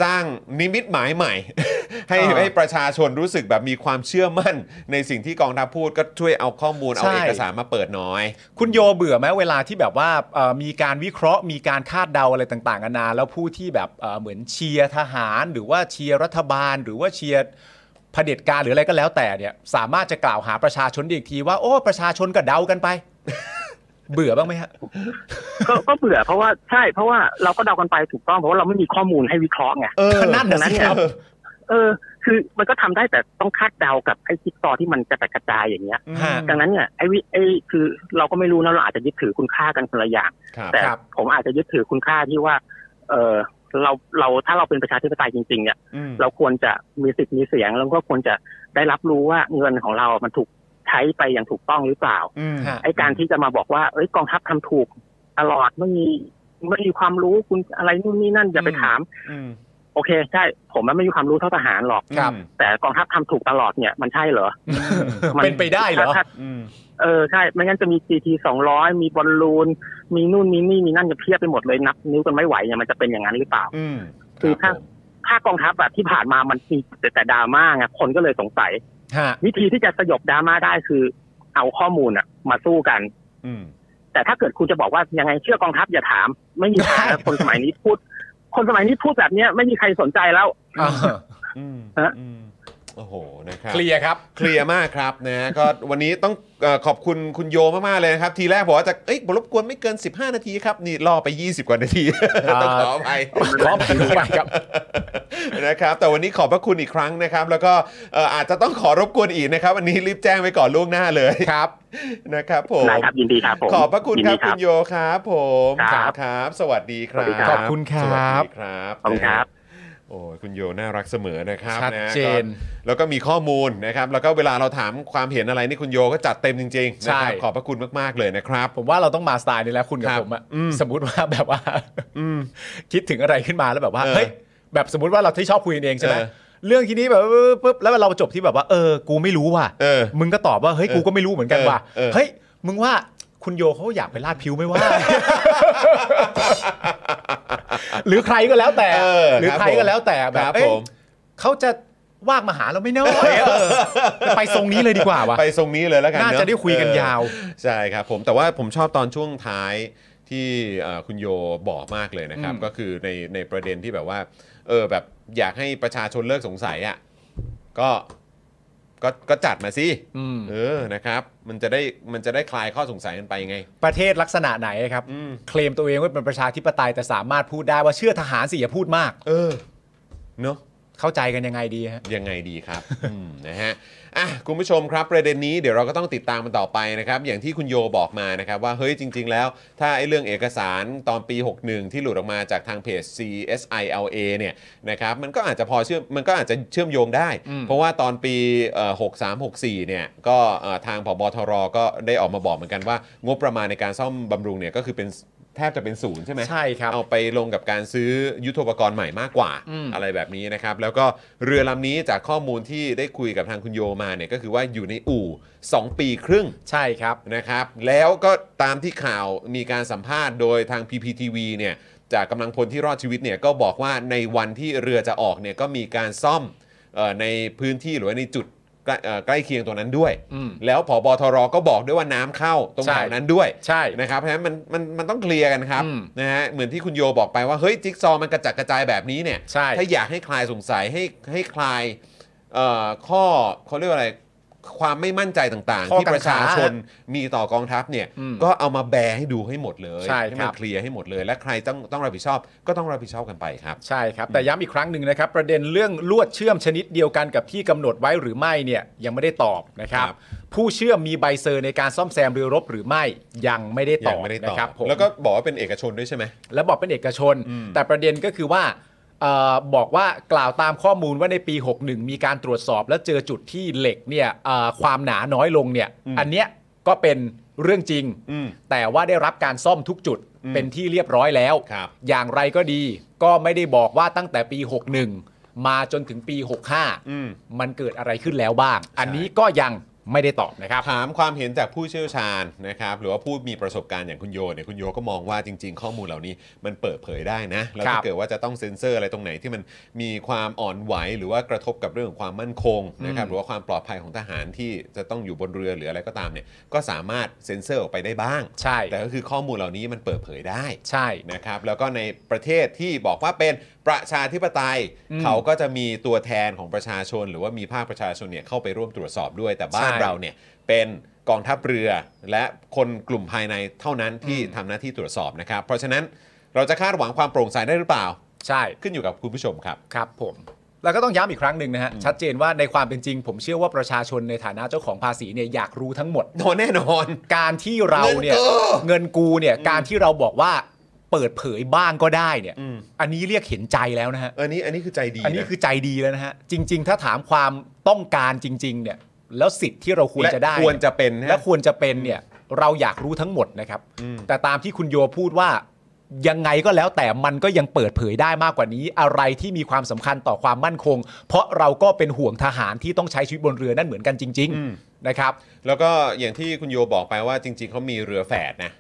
สร้างนิมิตหมายใหม่ *laughs* ให้
เออ
ให้ประชาชนรู้สึกแบบมีความเชื่อมั่น ในสิ่งที่กองทัพพูดก็ช่วยเอาข้อมูล เอา
ใช่
เอกสารมาเปิดหน้อย
คุณโยเบื่อไหมเวลาที่แบบว่าเอ่อมีการวิเคราะห์ มีการคาดเดาอะไรต่างๆนานาแล้วผู้ที่แบบเอ่อเหมือนเชียร์ทหาร หรือว่าเชียร์รัฐบาล หรือว่าเชียร์เผด็จการหรืออะไรก็แล้วแต่เนี่ย สามารถจะกล่าวหาประชาชนได้อีกทีว่าโอ้ประชาชนก็เดากันไป *laughs* เบื่อบ้างไหมฮะ
ก็ก็เบื่อเพราะว่าใช่เพราะว่าเราก็เดากันไปถูกต้องเพราะว่าเราไม่มีข้อมูลให้วิเคราะห์ไง
เออ
ก็นั่น
ดั
นะ
งนั้
สิ
น
ค
เนี่ย
รับ
เออ คือมันก็ทำได้แต่ต้องคาดเดากับไอ้จิ๊กซอว์ที่มันจะกระจายอย่างเงี้ย
ฮะ
ดังนั้นเนี่ยไอ้วิไอ้คือเราก็ไม่รู้นะเราอาจจะยึดถือคุณค่ากันคนละอย่าง
ครับ
แต่
ครับ
ผมอาจจะยึดถือคุณค่าที่ว่า เออเราเราถ้าเราเป็นประชาธิปไตยจริงๆเนี่ย
อืม
เราควรจะมีสิทธิ์มีเสียง แล้วก็ควรจะได้รับรู้ว่าเงินของเรามันถูกใช้ไปอย่างถูกต้องหรือเปล่า
อืม
ฮะ
ไอ้การที่จะมาบอกว่าเอ้ยกองทัพทำถูกตลอดไม่มีไม่มีความรู้คุณอะไรนู่นนี่นั่นอย่าไปถาม
อืม
โอเค ใช่ผมมันไม่มีความรู้เท่าทหารหรอก
ครับ
แต่กองทัพทำถูกตลอดเนี่ยมันใช่เหรอ
อืม
มั
เป็นไปได้เหรอ
ถ้า
อืม
เออใช่ ไม่งั้นจะมี GT สองร้อยมีบอลลูน มีนู่นมีนี่มีนั่นจะเพียบไปหมดเลยนับนิ้วกันไม่ไหวเนี่ยมันจะเป็นอย่างนั้นหรือเปล่า
อืม
คือถ้า
รับผม
ถ้ากองทัพอะที่ผ่านมามันมีแต่แต่ดราม่าไงคนก็เลยสงสัย
ฮะ
วิธีที่จะสยบดราม่าได้คือเอาข้อมูลอะมาสู้กัน
อืม
แต่ถ้าเกิดคุณจะบอกว่ายังไงเชื่อกองทัพอย่าถาม ไม่มีทาง
*laughs*
นะ
ใช่
คนสมัยนี้พูด คนสมัยนี้พูดแบบเนี้ยไม่มีใครสนใจแล้ว
อ่า
อืม
ฮะ
อืมโอ้โหนะครับ
เคลียร์ครับ
เคลียร์มากครับนะ *laughs* ก็วันนี้ต้องเอ่อขอบคุณคุณโยมาก ๆ เลยนะครับ ทีแรกบอกว่าจะเอ้ยรบกวนไม่เกิน 15 นาทีครับ *laughs* นี่ล่อไป 20 กว่านาที
อ่า
ต้องขออภัย
พร้อมกันไปครับ
*laughs* นะครับแต่วันนี้ขอบพระคุณอีกครั้งนะครับ แล้วก็เอ่ออาจจะต้องขอรบกวนอีกนะครับอันนี้รีบแจ้งไว้ก่อนล่วงหน้าเลย
ครับ
*laughs* นะครับผม
ได้ครับยินดีครับผม
ขอบพระคุณ
ยิน
ครับคุ
ดีครับ
ณโยครับผม
ครับ
ครับ สวัสดีครับ
สวัสดีครับ
ขอบคุณครับ
สวัสดีครับ
ขอบคุณครับ
โอ้ยคุณโยน่ารักเสมอนะครับ
ชัด
นะ
เจน
ก็แล้วก็มีข้อมูลนะครับ แล้วก็เวลาเราถามความเห็นอะไรนี่คุณโยก็จัดเต็มจริงๆนะครับ
ใช่
ขอบพระคุณมากๆเลยนะครับ
ผมว่าเราต้องมาสไตล์นี้แล้วคุณกับ
ครับ
ผมอะ
อืม
สมมติว่าแบบว่า *laughs*
อืม
คิดถึงอะไรขึ้นมาแล้วแบบว่า
เออ
เฮ้ยแบบสมมติว่าเราที่ชอบคุยกันเองใช่ไหม
เออ
เรื่องที่นี้แบบปึ๊บปึ๊บแล้วเราจบที่แบบว่าเออ กูไม่รู้ว่ะ
เออ
มึงก็ตอบว่าเฮ้ย
เออ
กูก็ไม่รู้เหมือนกันว่ะ
เออเออ
เฮ้ยมึงว่าคุณโยเขาอยากไปลาดผิว
*laughs*
ไหม่ว่า หรือใครก็แล้วแต่
เออ
หรือใครก็แล้วแต่แบ
ค
บ
รับ
เอ้
ผ
ย
ม
เขาจะว่างมาหาเราไหม่เนาะเออไปทรงนี้เลยดีกว่าว่ะ
ไปทรงนี้เลยแล้วกัน
น่า
เอ
จะได้คุยกัน
เออย
าว
ใช่ครับผมแต่ว่าผมชอบตอนช่วงท้ายที่เอ่อคุณโยบอกมากเลยนะครับ
อืม
ก็คือในในประเด็นที่แบบว่า เออแบบอยากให้ประชาชนเลิกสงสัยอ่ะก็ก็ก็จัดมาสิ
อืม
เออนะครับ มันจะได้มันจะได้คลายข้อสงสัยกันไปไง
ประเทศลักษณะไหนครับ
อืม
เคลมตัวเองว่าเป็นประชาธิปไตยแต่สามารถพูดได้ว่าเชื่อทหารสิอย่าพูดมาก
เออเนาะ
เข้าใจกันยังไงดีฮะ
ยังไงดีครับ อืมนะฮะอ่ะคุณผู้ชมครับประเด็นนี้เดี๋ยวเราก็ต้องติดตามมันต่อไปนะครับ อย่างที่คุณโยบอกมานะครับ ว่าเฮ้ยจริง ๆ แล้ว ถ้าไอ้เรื่องเอกสารตอนปี 61 ที่หลุดออกมาจากทางเพจ CSILA เนี่ยนะครับมันก็อาจจะพอเชื่อมมันก็อาจจะเชื่อมโยงได้
อืม
เพราะว่าตอนปีเอ่อ63 64เนี่ยก็เอ่อทางผบทรก็ได้ออกมาบอกเหมือนกันว่างบประมาณในการซ่อมบำรุงเนี่ยก็คือเป็นแทบจะเป็นศูนย์ใช่ไหม
ใช่ครับ
เอาไปลงกับการซื้อยุทโธปกรณ์ใหม่มากกว่า
อืม
ไรแบบนี้นะครับ แล้วก็เรือลำนี้จากข้อมูลที่ได้คุยกับทางคุณโยมาเนี่ยก็คือว่าอยู่ในอู่ 2 ปีครึ่ง
ใช่ครับ
นะครับ แล้วก็ตามที่ข่าวมีการสัมภาษณ์โดยทาง PPTV เนี่ยจากกำลังพลที่รอดชีวิตเนี่ยก็บอกว่าในวันที่เรือจะออกเนี่ยก็มีการซ่อมเออในพื้นที่หรือว่าในจุดใกล้เอ่อใกล้เคียงตรงนั้นด้วย
อืม
แล้วผบทรก็บอกด้วยว่าน้ำเข้าตรง
ใช่
แถวนั้นด้วย
ใช่
นะครับเพราะฉะนั้นมันมันมันต้องเคลียร์กันครับ
อืม
นะฮะเหมือนที่คุณโยบอกไปว่าเฮ้ยจิ๊กซอว์มันกระจัดกระจายแบบนี้เนี่ย
ใช่
ถ้าอยากให้คลายสงสัยให้ให้คลายเอ่อข้อเขาเรียกว่าอะไร ความไม่มั่นใจต่างๆ
ข้อ
ที่
กั
ป
งขา
ระชาชนมีต่อกองทัพเนี่ย
อืม
ก็เอามาแบร์ให้ดูให้หมดเลย
ใช่
ให้
ค
มั
รั
น
บ
เคลียร์ให้หมดเลย และใครต้องต้องรับผิดชอบก็ต้องรับผิดชอบกันไปครับ
ใช่ครับ แต่ย้ำอีกครั้งหนึ่งนะครับ ประเด็นเรื่องลวดเชื่อมชนิดเดียวกันกับที่กำหนดไว้หรือไม่เนี่ยยังไม่ได้ตอบนะครับ
ครับ
ผู้เชื่อมมีใบเซอร์ในการซ่อมแซมเรือรบหรือไม่ยังไม่ได้ต
ยั
อง บ
ไม่ได้ต
นะ
อ
ครับ บผม
แล้วก็บอกว่าเป็นเอกชนด้วยใช่ไหม
แล้วบอกเป็นเอกชน
อืม
แต่ประเด็นก็คือว่าเออบอกว่ากล่าวตามข้อมูลว่าในปี 61 มีการตรวจสอบ และเจอจุดที่เหล็กเนี่ยเอ่อความหนาน้อยลงเนี่ยอันเนี้ยก็เป็นเรื่องจริง
อืม
แต่ว่าได้รับการซ่อมทุกจุด
อืม
เป็นที่เรียบร้อยแล้ว
ครับ
อย่างไรก็ดี ก็ไม่ได้บอกว่าตั้งแต่ปี 61 มาจนถึงปี 65
อืม
มันเกิดอะไรขึ้นแล้วบ้าง อันนี้ก็ยังไม่ได้ตอบนะครับ
ถามความเห็นจากผู้เชี่ยวชาญนะครับหรือว่าผู้มีประสบการณ์อย่างคุณโยเนี่ยคุณโยก็มองว่าจริง ๆ ข้อมูลเหล่านี้มันเปิดเผยได้นะแล้ว
ค
ถ้า
รับ
เกิดว่าจะต้องเซ็นเซอร์อะไรตรงไหนที่มันมีความอ่อนไหว หรือว่ากระทบกับเรื่องของความมั่นคงนะครับ
อื
ห
ม
รือว่าความปลอดภัยของทหารที่จะต้องอยู่บนเรือหรืออะไรก็ตามเนี่ยก็สามารถเซ็นเซอร์ออกไปได้บ้าง
ใช่
แต่ก็คือข้อมูลเหล่านี้มันเปิดเผยได้
ใช่
นะครับแล้วก็ในประเทศที่บอกว่าเป็นประชาธิปไตย
อืม
เขาก็จะมีตัวแทนของประชาชน หรือว่ามีภาคประชาชนเนี่ยเข้าไปร่วมตรวจสอบด้วย แต่บ้าน
ใช่
เราเนี่ยเป็นกองทัพเรือ และคนกลุ่มภายในเท่านั้นที่
อืม
ทำหน้าที่ตรวจสอบนะครับ เพราะฉะนั้นเราจะคาดหวังความโปร่งใสได้หรือเปล่า
ใช่
ขึ้นอยู่กับคุณผู้ชมครับ
ครับผมแล้วก็ต้องย้ำอีกครั้งหนึ่งนะฮะ ชัดเจนว่าในความเป็นจริง ผมเชื่อว่าประชาชนในฐานะเจ้าของภาษีเนี่ยอยากรู้ทั้งหมด
โนแน่นอน
การที่เราเนี่ย
เงินกู้
เงินกูเนี่ยการที่เราบอกว่าเปิดเผยบ้างก็ได้เนี่ย
อืม
อันนี้เรียกเห็นใจแล้วนะฮะ
อันนี้อันนี้คือใจดี
อันนี้
ะ
คือใจดีแล้วนะฮะ จริง ๆ ถ้าถามความต้องการจริง ๆ เนี่ย แล้วสิทธิ์ที่เราควรจะได้
และควรจะเป็นฮะ
และควรจะเป็นเนี่ย เราอยากรู้ทั้งหมดนะครับ
อืม
แต่ตามที่คุณโยพูดว่ายังไงก็แล้วแต่มันก็ยังเปิดเผยได้มากกว่านี้ อะไรที่มีความสำคัญต่อความมั่นคง เพราะเราก็เป็นห่วงทหารที่ต้องใช้ชีวิตบนเรือนั่นเหมือนกันจริง ๆ นะครับ
แล้วก็อย่างที่คุณโยบอกไปว่าจริง ๆเขามีเรือแฝดนะ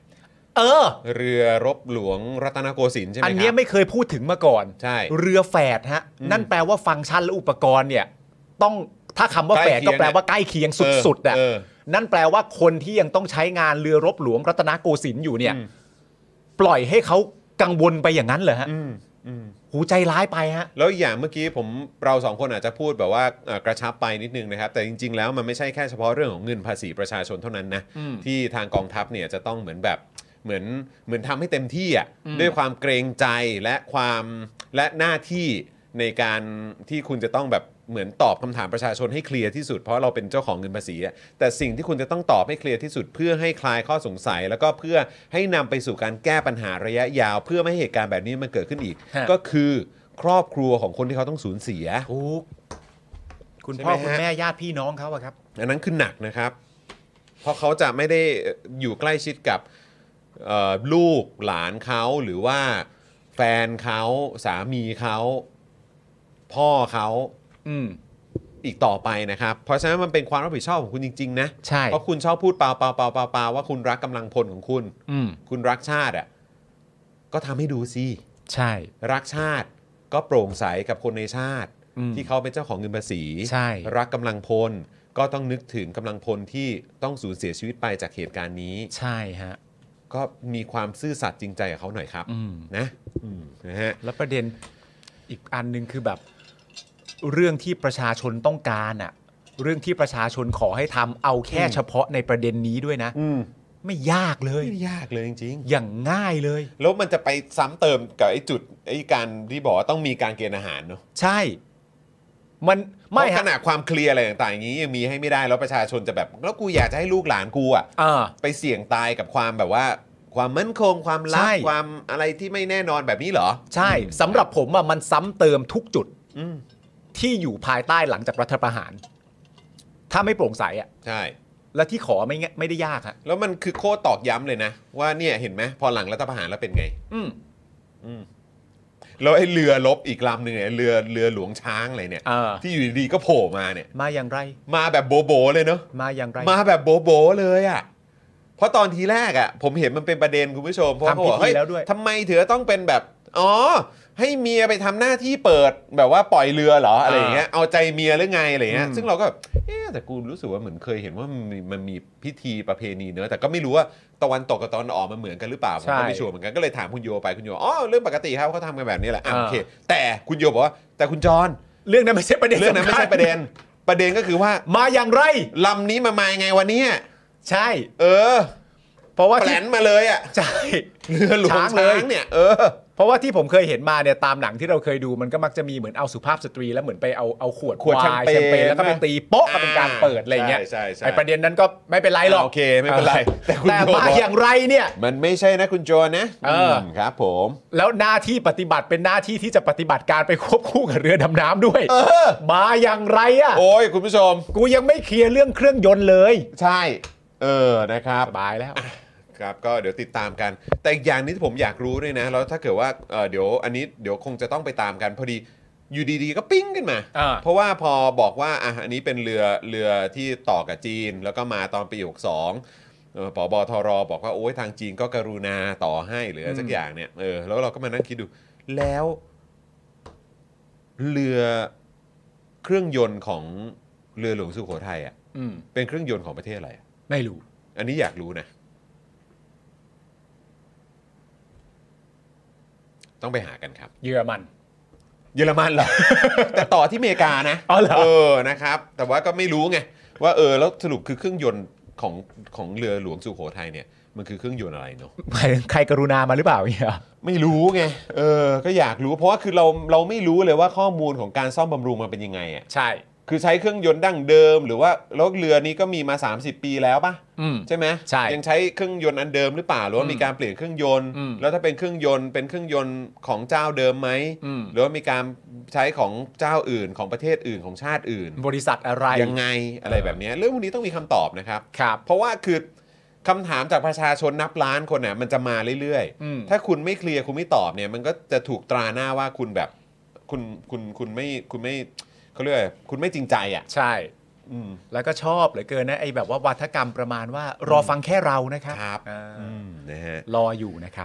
เออ
เรือรบหลวงรัตนโกสินทร์ใช่ไหมค
อั
รั
น
บ
เนี้ยไม่เคยพูดถึงมาก่อน
ใช่
เรือแฝดฮะ
อืม
นั่นแปลว่าฟังก์ชันและอุปกรณ์เนี่ย ต้องถ้าคำว่าแฝดก็แปลว่าใกล้เคียงสุดๆอ่ะ
เออเออ
นั่นแปลว่าคนที่ยังต้องใช้งานเรือรบหลวงรัตนโกสินทร์อยู่เนี่ย ปล่อยให้เขากังวลไปอย่างนั้นเหรอฮะ
อืมอืม
หูใจร้ายไปฮะ
แล้วอีกอย่างเมื่อกี้ผมเราสองคนอาจจะพูดแบบว่าเอ่อกระชับไปนิดนึงนะครับ แต่จริง ๆ แล้วมันไม่ใช่แค่เฉพาะเรื่องของเงินภาษีประชาชนเท่านั้นนะ
อืม
ที่ทางกองทัพเนี่ยจะต้องเหมือนแบบเหมือนเหมือนทำให้เต็มที่อ่ะ
อืม
ด้วยความเกรงใจและความและหน้าที่ ในการที่คุณจะต้องแบบเหมือนตอบคำถามประชาชนให้เคลียร์ที่สุดเพราะเราเป็นเจ้าของเงินภาษีอะแต่สิ่งที่คุณจะต้องตอบให้เคลียร์ที่สุด เพื่อให้คลายข้อสงสัย แล้วก็เพื่อให้นำไปสู่การแก้ปัญหาระยะยาว เพื่อไม่ให้เหตุการณ์แบบนี้มันเกิดขึ้นอีก
ฮะ
ก็คือครอบครัวของคนที่เขาต้องสูญเสีย
ทุกคุณพ่อ
ใช่ไหมฮะ
คุณแม่ญาติพี่น้องเขาอะครับ
อันนั้นคือหนักนะครับ เพราะเขาจะไม่ได้อยู่ใกล้ชิดกับเอ่อลูกหลานเขาหรือว่าแฟนเขาสามีเขาพ่อเขา
อืม
อีกต่อไปนะครับ เพราะฉะนั้นมันเป็นความรับผิดชอบของคุณจริง ๆ นะ
ใช่
เพราะคุณชอบพูดเปล่าเปล่าเปล่าเปล่าเปล่าว่าคุณรักกำลังพลของคุณ
อืม
คุณรักชาติอ่ะก็ทำให้ดูสิ
ใช่
รักชาติก็โปร่งใสกับคนในชาติ
อืม
ที่เขาเป็นเจ้าของเงินภาษี
ใช่
รักกำลังพลก็ต้องนึกถึงกำลังพลที่ต้องสูญเสียชีวิตไปจากเหตุการณ์นี้
ใช่ฮะ
ก็มีความซื่อสัตย์จริงใจกับเขาหน่อยครับ
อืม
นะอืมนะฮะ
แล้วประเด็นอีกอันหนึ่งคือแบบเรื่องที่ประชาชนต้องการอะเรื่องที่ประชาชนขอให้ทำเอาแค่เฉพาะในประเด็นนี้ด้วยนะ
อืม
ไม่ยากเลย
ไม่ยากเลยจริง
อย่างง่ายเลย
ๆแล้วมันจะไปซ้ำเติมกับไอ้จุดไอ้การที่บอกว่าต้องมีการเกณฑ์อาหารเนอะ
ใช่ มันไม่
เพราะข
ฮะ
นาดความเคลียร์อะไรต่างๆอย่างนี้ยังมีให้ไม่ได้แล้วประชาชนจะแบบ แล้วกูอยากจะให้ลูกหลานกูอะ
อ่า
ไปเสี่ยงตายกับความแบบว่า ความมั่นคงความลับ
ใช่
ความอะไรที่ไม่แน่นอนแบบนี้เหรอ
ใช่สำหรับผมอะมันซ้ำเติมทุกจุด
อืม
ที่อยู่ภายใต้หลังจากรัฐประหาร ถ้าไม่โปร่งใสอะ
ใช่
และที่ขอไม่ง่ายไม่ได้ยากฮะ
แล้วมันคือโคตรตอกย้ำเลยนะ ว่าเนี่ยเห็นไหมพอหลังรัฐประหารแล้วเป็นไง
อืม
แล้วไอ้เรือลบอีกลำหนึ่งเนี่ยเรือเรือหลวงช้างอะไรเนี่ย
เออ
ที่อยู่ดีๆก็โผล่มาเนี่ย
มาอย่างไร
มาแบบโบโบเลยเนาะ
มาอย่างไร
มาแบบโบโบเลยอะ่ะ เพราะตอนทีแรกอะ่ะ ผมเห็นมันเป็นประเด็นคุณผู้ชม เพราะ
ทำ
เขาบอก
พิธี
เฮ้ย
แล้วด้วย
ทำไมเธอต้องเป็นแบบ อ๋อ ให้เมียไปทำหน้าที่เปิดแบบว่าปล่อยเรือเหรออะไรอย่างเงี้ย เอาใจเมียหรือไงอะไรอย่างเงี้ย ซึ่งเราก็แบบเอ๊ะแต่กูรู้สึกว่าเหมือนเคยเห็นว่ามันมีมันมีพิธีประเพณีเนอะแต่ก็ไม่รู้ว่าตะวันตกกับตะวันออกมันเหมือนกันหรือเปล่า ผมก็ไม่ชัวร์เหมือนกันก็เลยถามคุณโยไปคุณโย อ๋อ เรื่องปกติครับเขาทำกันแบบนี้แหละอ่ะโอเค แต่คุณโยบอกว่าแต่คุณจร
เรื่องนั้นไม่ใช่ประเด็น
เรื่องนั้นไม่
สำคัญ
ใช่ประเด็น ประเด็นก็คือว่า
มาอย่างไร
ลำนี้มามายังไงวันนี้
ใช่
เออ
เพราะว่า
แผล
ที่
นมาเลยอ่ะ
ใช่
เรือหลวงช้าเล
ช้าง งเลย ย
เนี่ยเออ
เพราะว่าที่ผมเคยเห็นมาเนี่ยตามหนังที่เราเคยดูมันก็มักจะมีเหมือนเอาสุภาพสตรีแล้วเหมือนไปเอาเอาขวด
ขวดแชมเปญ
ไน์มเปญแล้วก็ไปตีโป๊ะก็เป็นการเปิดอะไรเงี้ย
ใช่ใช่ใช่
ไอประเด็นนั้นก็ไม่เป็นไรหรอก
โอเคไม่เป็นไรแต่
แต่
คุณโยบอก
มาอย่างไรเนี่ย
มันไม่ใช่นะคุณโจนะ
เอออื
มครับผม
แล้วหน้าที่ปฏิบัติเป็นหน้าที่ที่จะปฏิบัติการไปควบคู่กับเรือดำน้ำด้วย
เออ
มาอย่างไรอ่ะ
โอ้ยคุณผู้ชม
กูยังไม่เคลียร์เรื่องเครื่องยนต์เลย
ใช่ เออนะครับ
สบายแล้ว
ครับก็เดี๋ยวติดตามกัน แต่อีกอย่างนี้ที่ผมอยากรู้ด้วยนะ แล้วถ้าเกิดว่าเออเดี๋ยวอันนี้เดี๋ยวคงจะต้องไปตามกันพอดีอยู่ดีๆก็ปิ้งขึ้นมา
อ่า
เพราะว่าพอบอกว่าอ่ะอันนี้เป็นเรือเรือที่ต่อกับจีน แล้วก็มาตอนปีหกสองปอบอทรบอกว่าโอ้ยทางจีนก็กรุณาต่อให้หรืออะไรสัก
อืม
อย่างเนี่ยเออแล้วเราก็มานั่งคิดดูแล้ว เรือเครื่องยนต์ของเรือหลวงสุโขทัยอ่ะ
อืม
เป็นเครื่องยนต์ของประเทศอะไรอะ
ไม่รู้
อันนี้อยากรู้นะ ต้องไปหากันครับ
เยอรมัน
เยอรมันเหรอ *laughs* แต่ต่อที่อเมริกานะ
อ๋อเหรอ
เออนะครับ แต่ว่าก็ไม่รู้ไงว่าเออแล้วสรุปคือเครื่องยนต์ของของเรือหลวงสุโขทัยเนี่ยมันคือเครื่องยนต์อะไรเนาะ
หมายถึงใครกรุณามาหรือเปล่าเนี่ย
ไม่รู้ไงเออ ก็อยากรู้เพราะว่าคือเราเราไม่รู้เลยว่าข้อมูลของการซ่อมบำรุงมันเป็นยังไงอ่ะ
ใช่
คือใช้เครื่องยนต์ดั้งเดิม หรือว่าแล้วเรือนี้ก็มีมา 30 ปีแล้วปะ
อืม
ใช่ไหม
ใช่
ยังใช้เครื่องยนต์อันเดิมหรือเปล่าหรือว่ามีการเปลี่ยนเครื่องยนต์
อืม
แล้วถ้าเป็นเครื่องยนต์เป็นเครื่องยนต์ของเจ้าเดิมไหม
อืม
หรือว่ามีการใช้ของเจ้าอื่นของประเทศอื่นของชาติอื่น
บริษัทอะไร
ยังไงอะไรแบบเนี้ยเรื่องพวกนี้ต้องมีคำตอบนะครับ
ครับ
เพราะว่าคือคำถามจากประชาชนนับล้านคนเนี่ยมันจะมาเรื่อย
อืม
ถ้าคุณไม่เคลียร์คุณไม่ตอบเนี่ย มันก็จะถูกตราหน้าว่าคุณแบบคุณคุณคุณไม่คุณไม่เขาเรียกอะไรคุณไม่จริงใจอ่ะ
ใช่
อืม
แล้วก็ชอบเหลือเกินนะไอ้แบบว่าวัฒกรรมประมาณว่ารอฟังแค่เรานะครับ
ครับ
อ่า
อืมนะฮะ
รออยู่นะครับ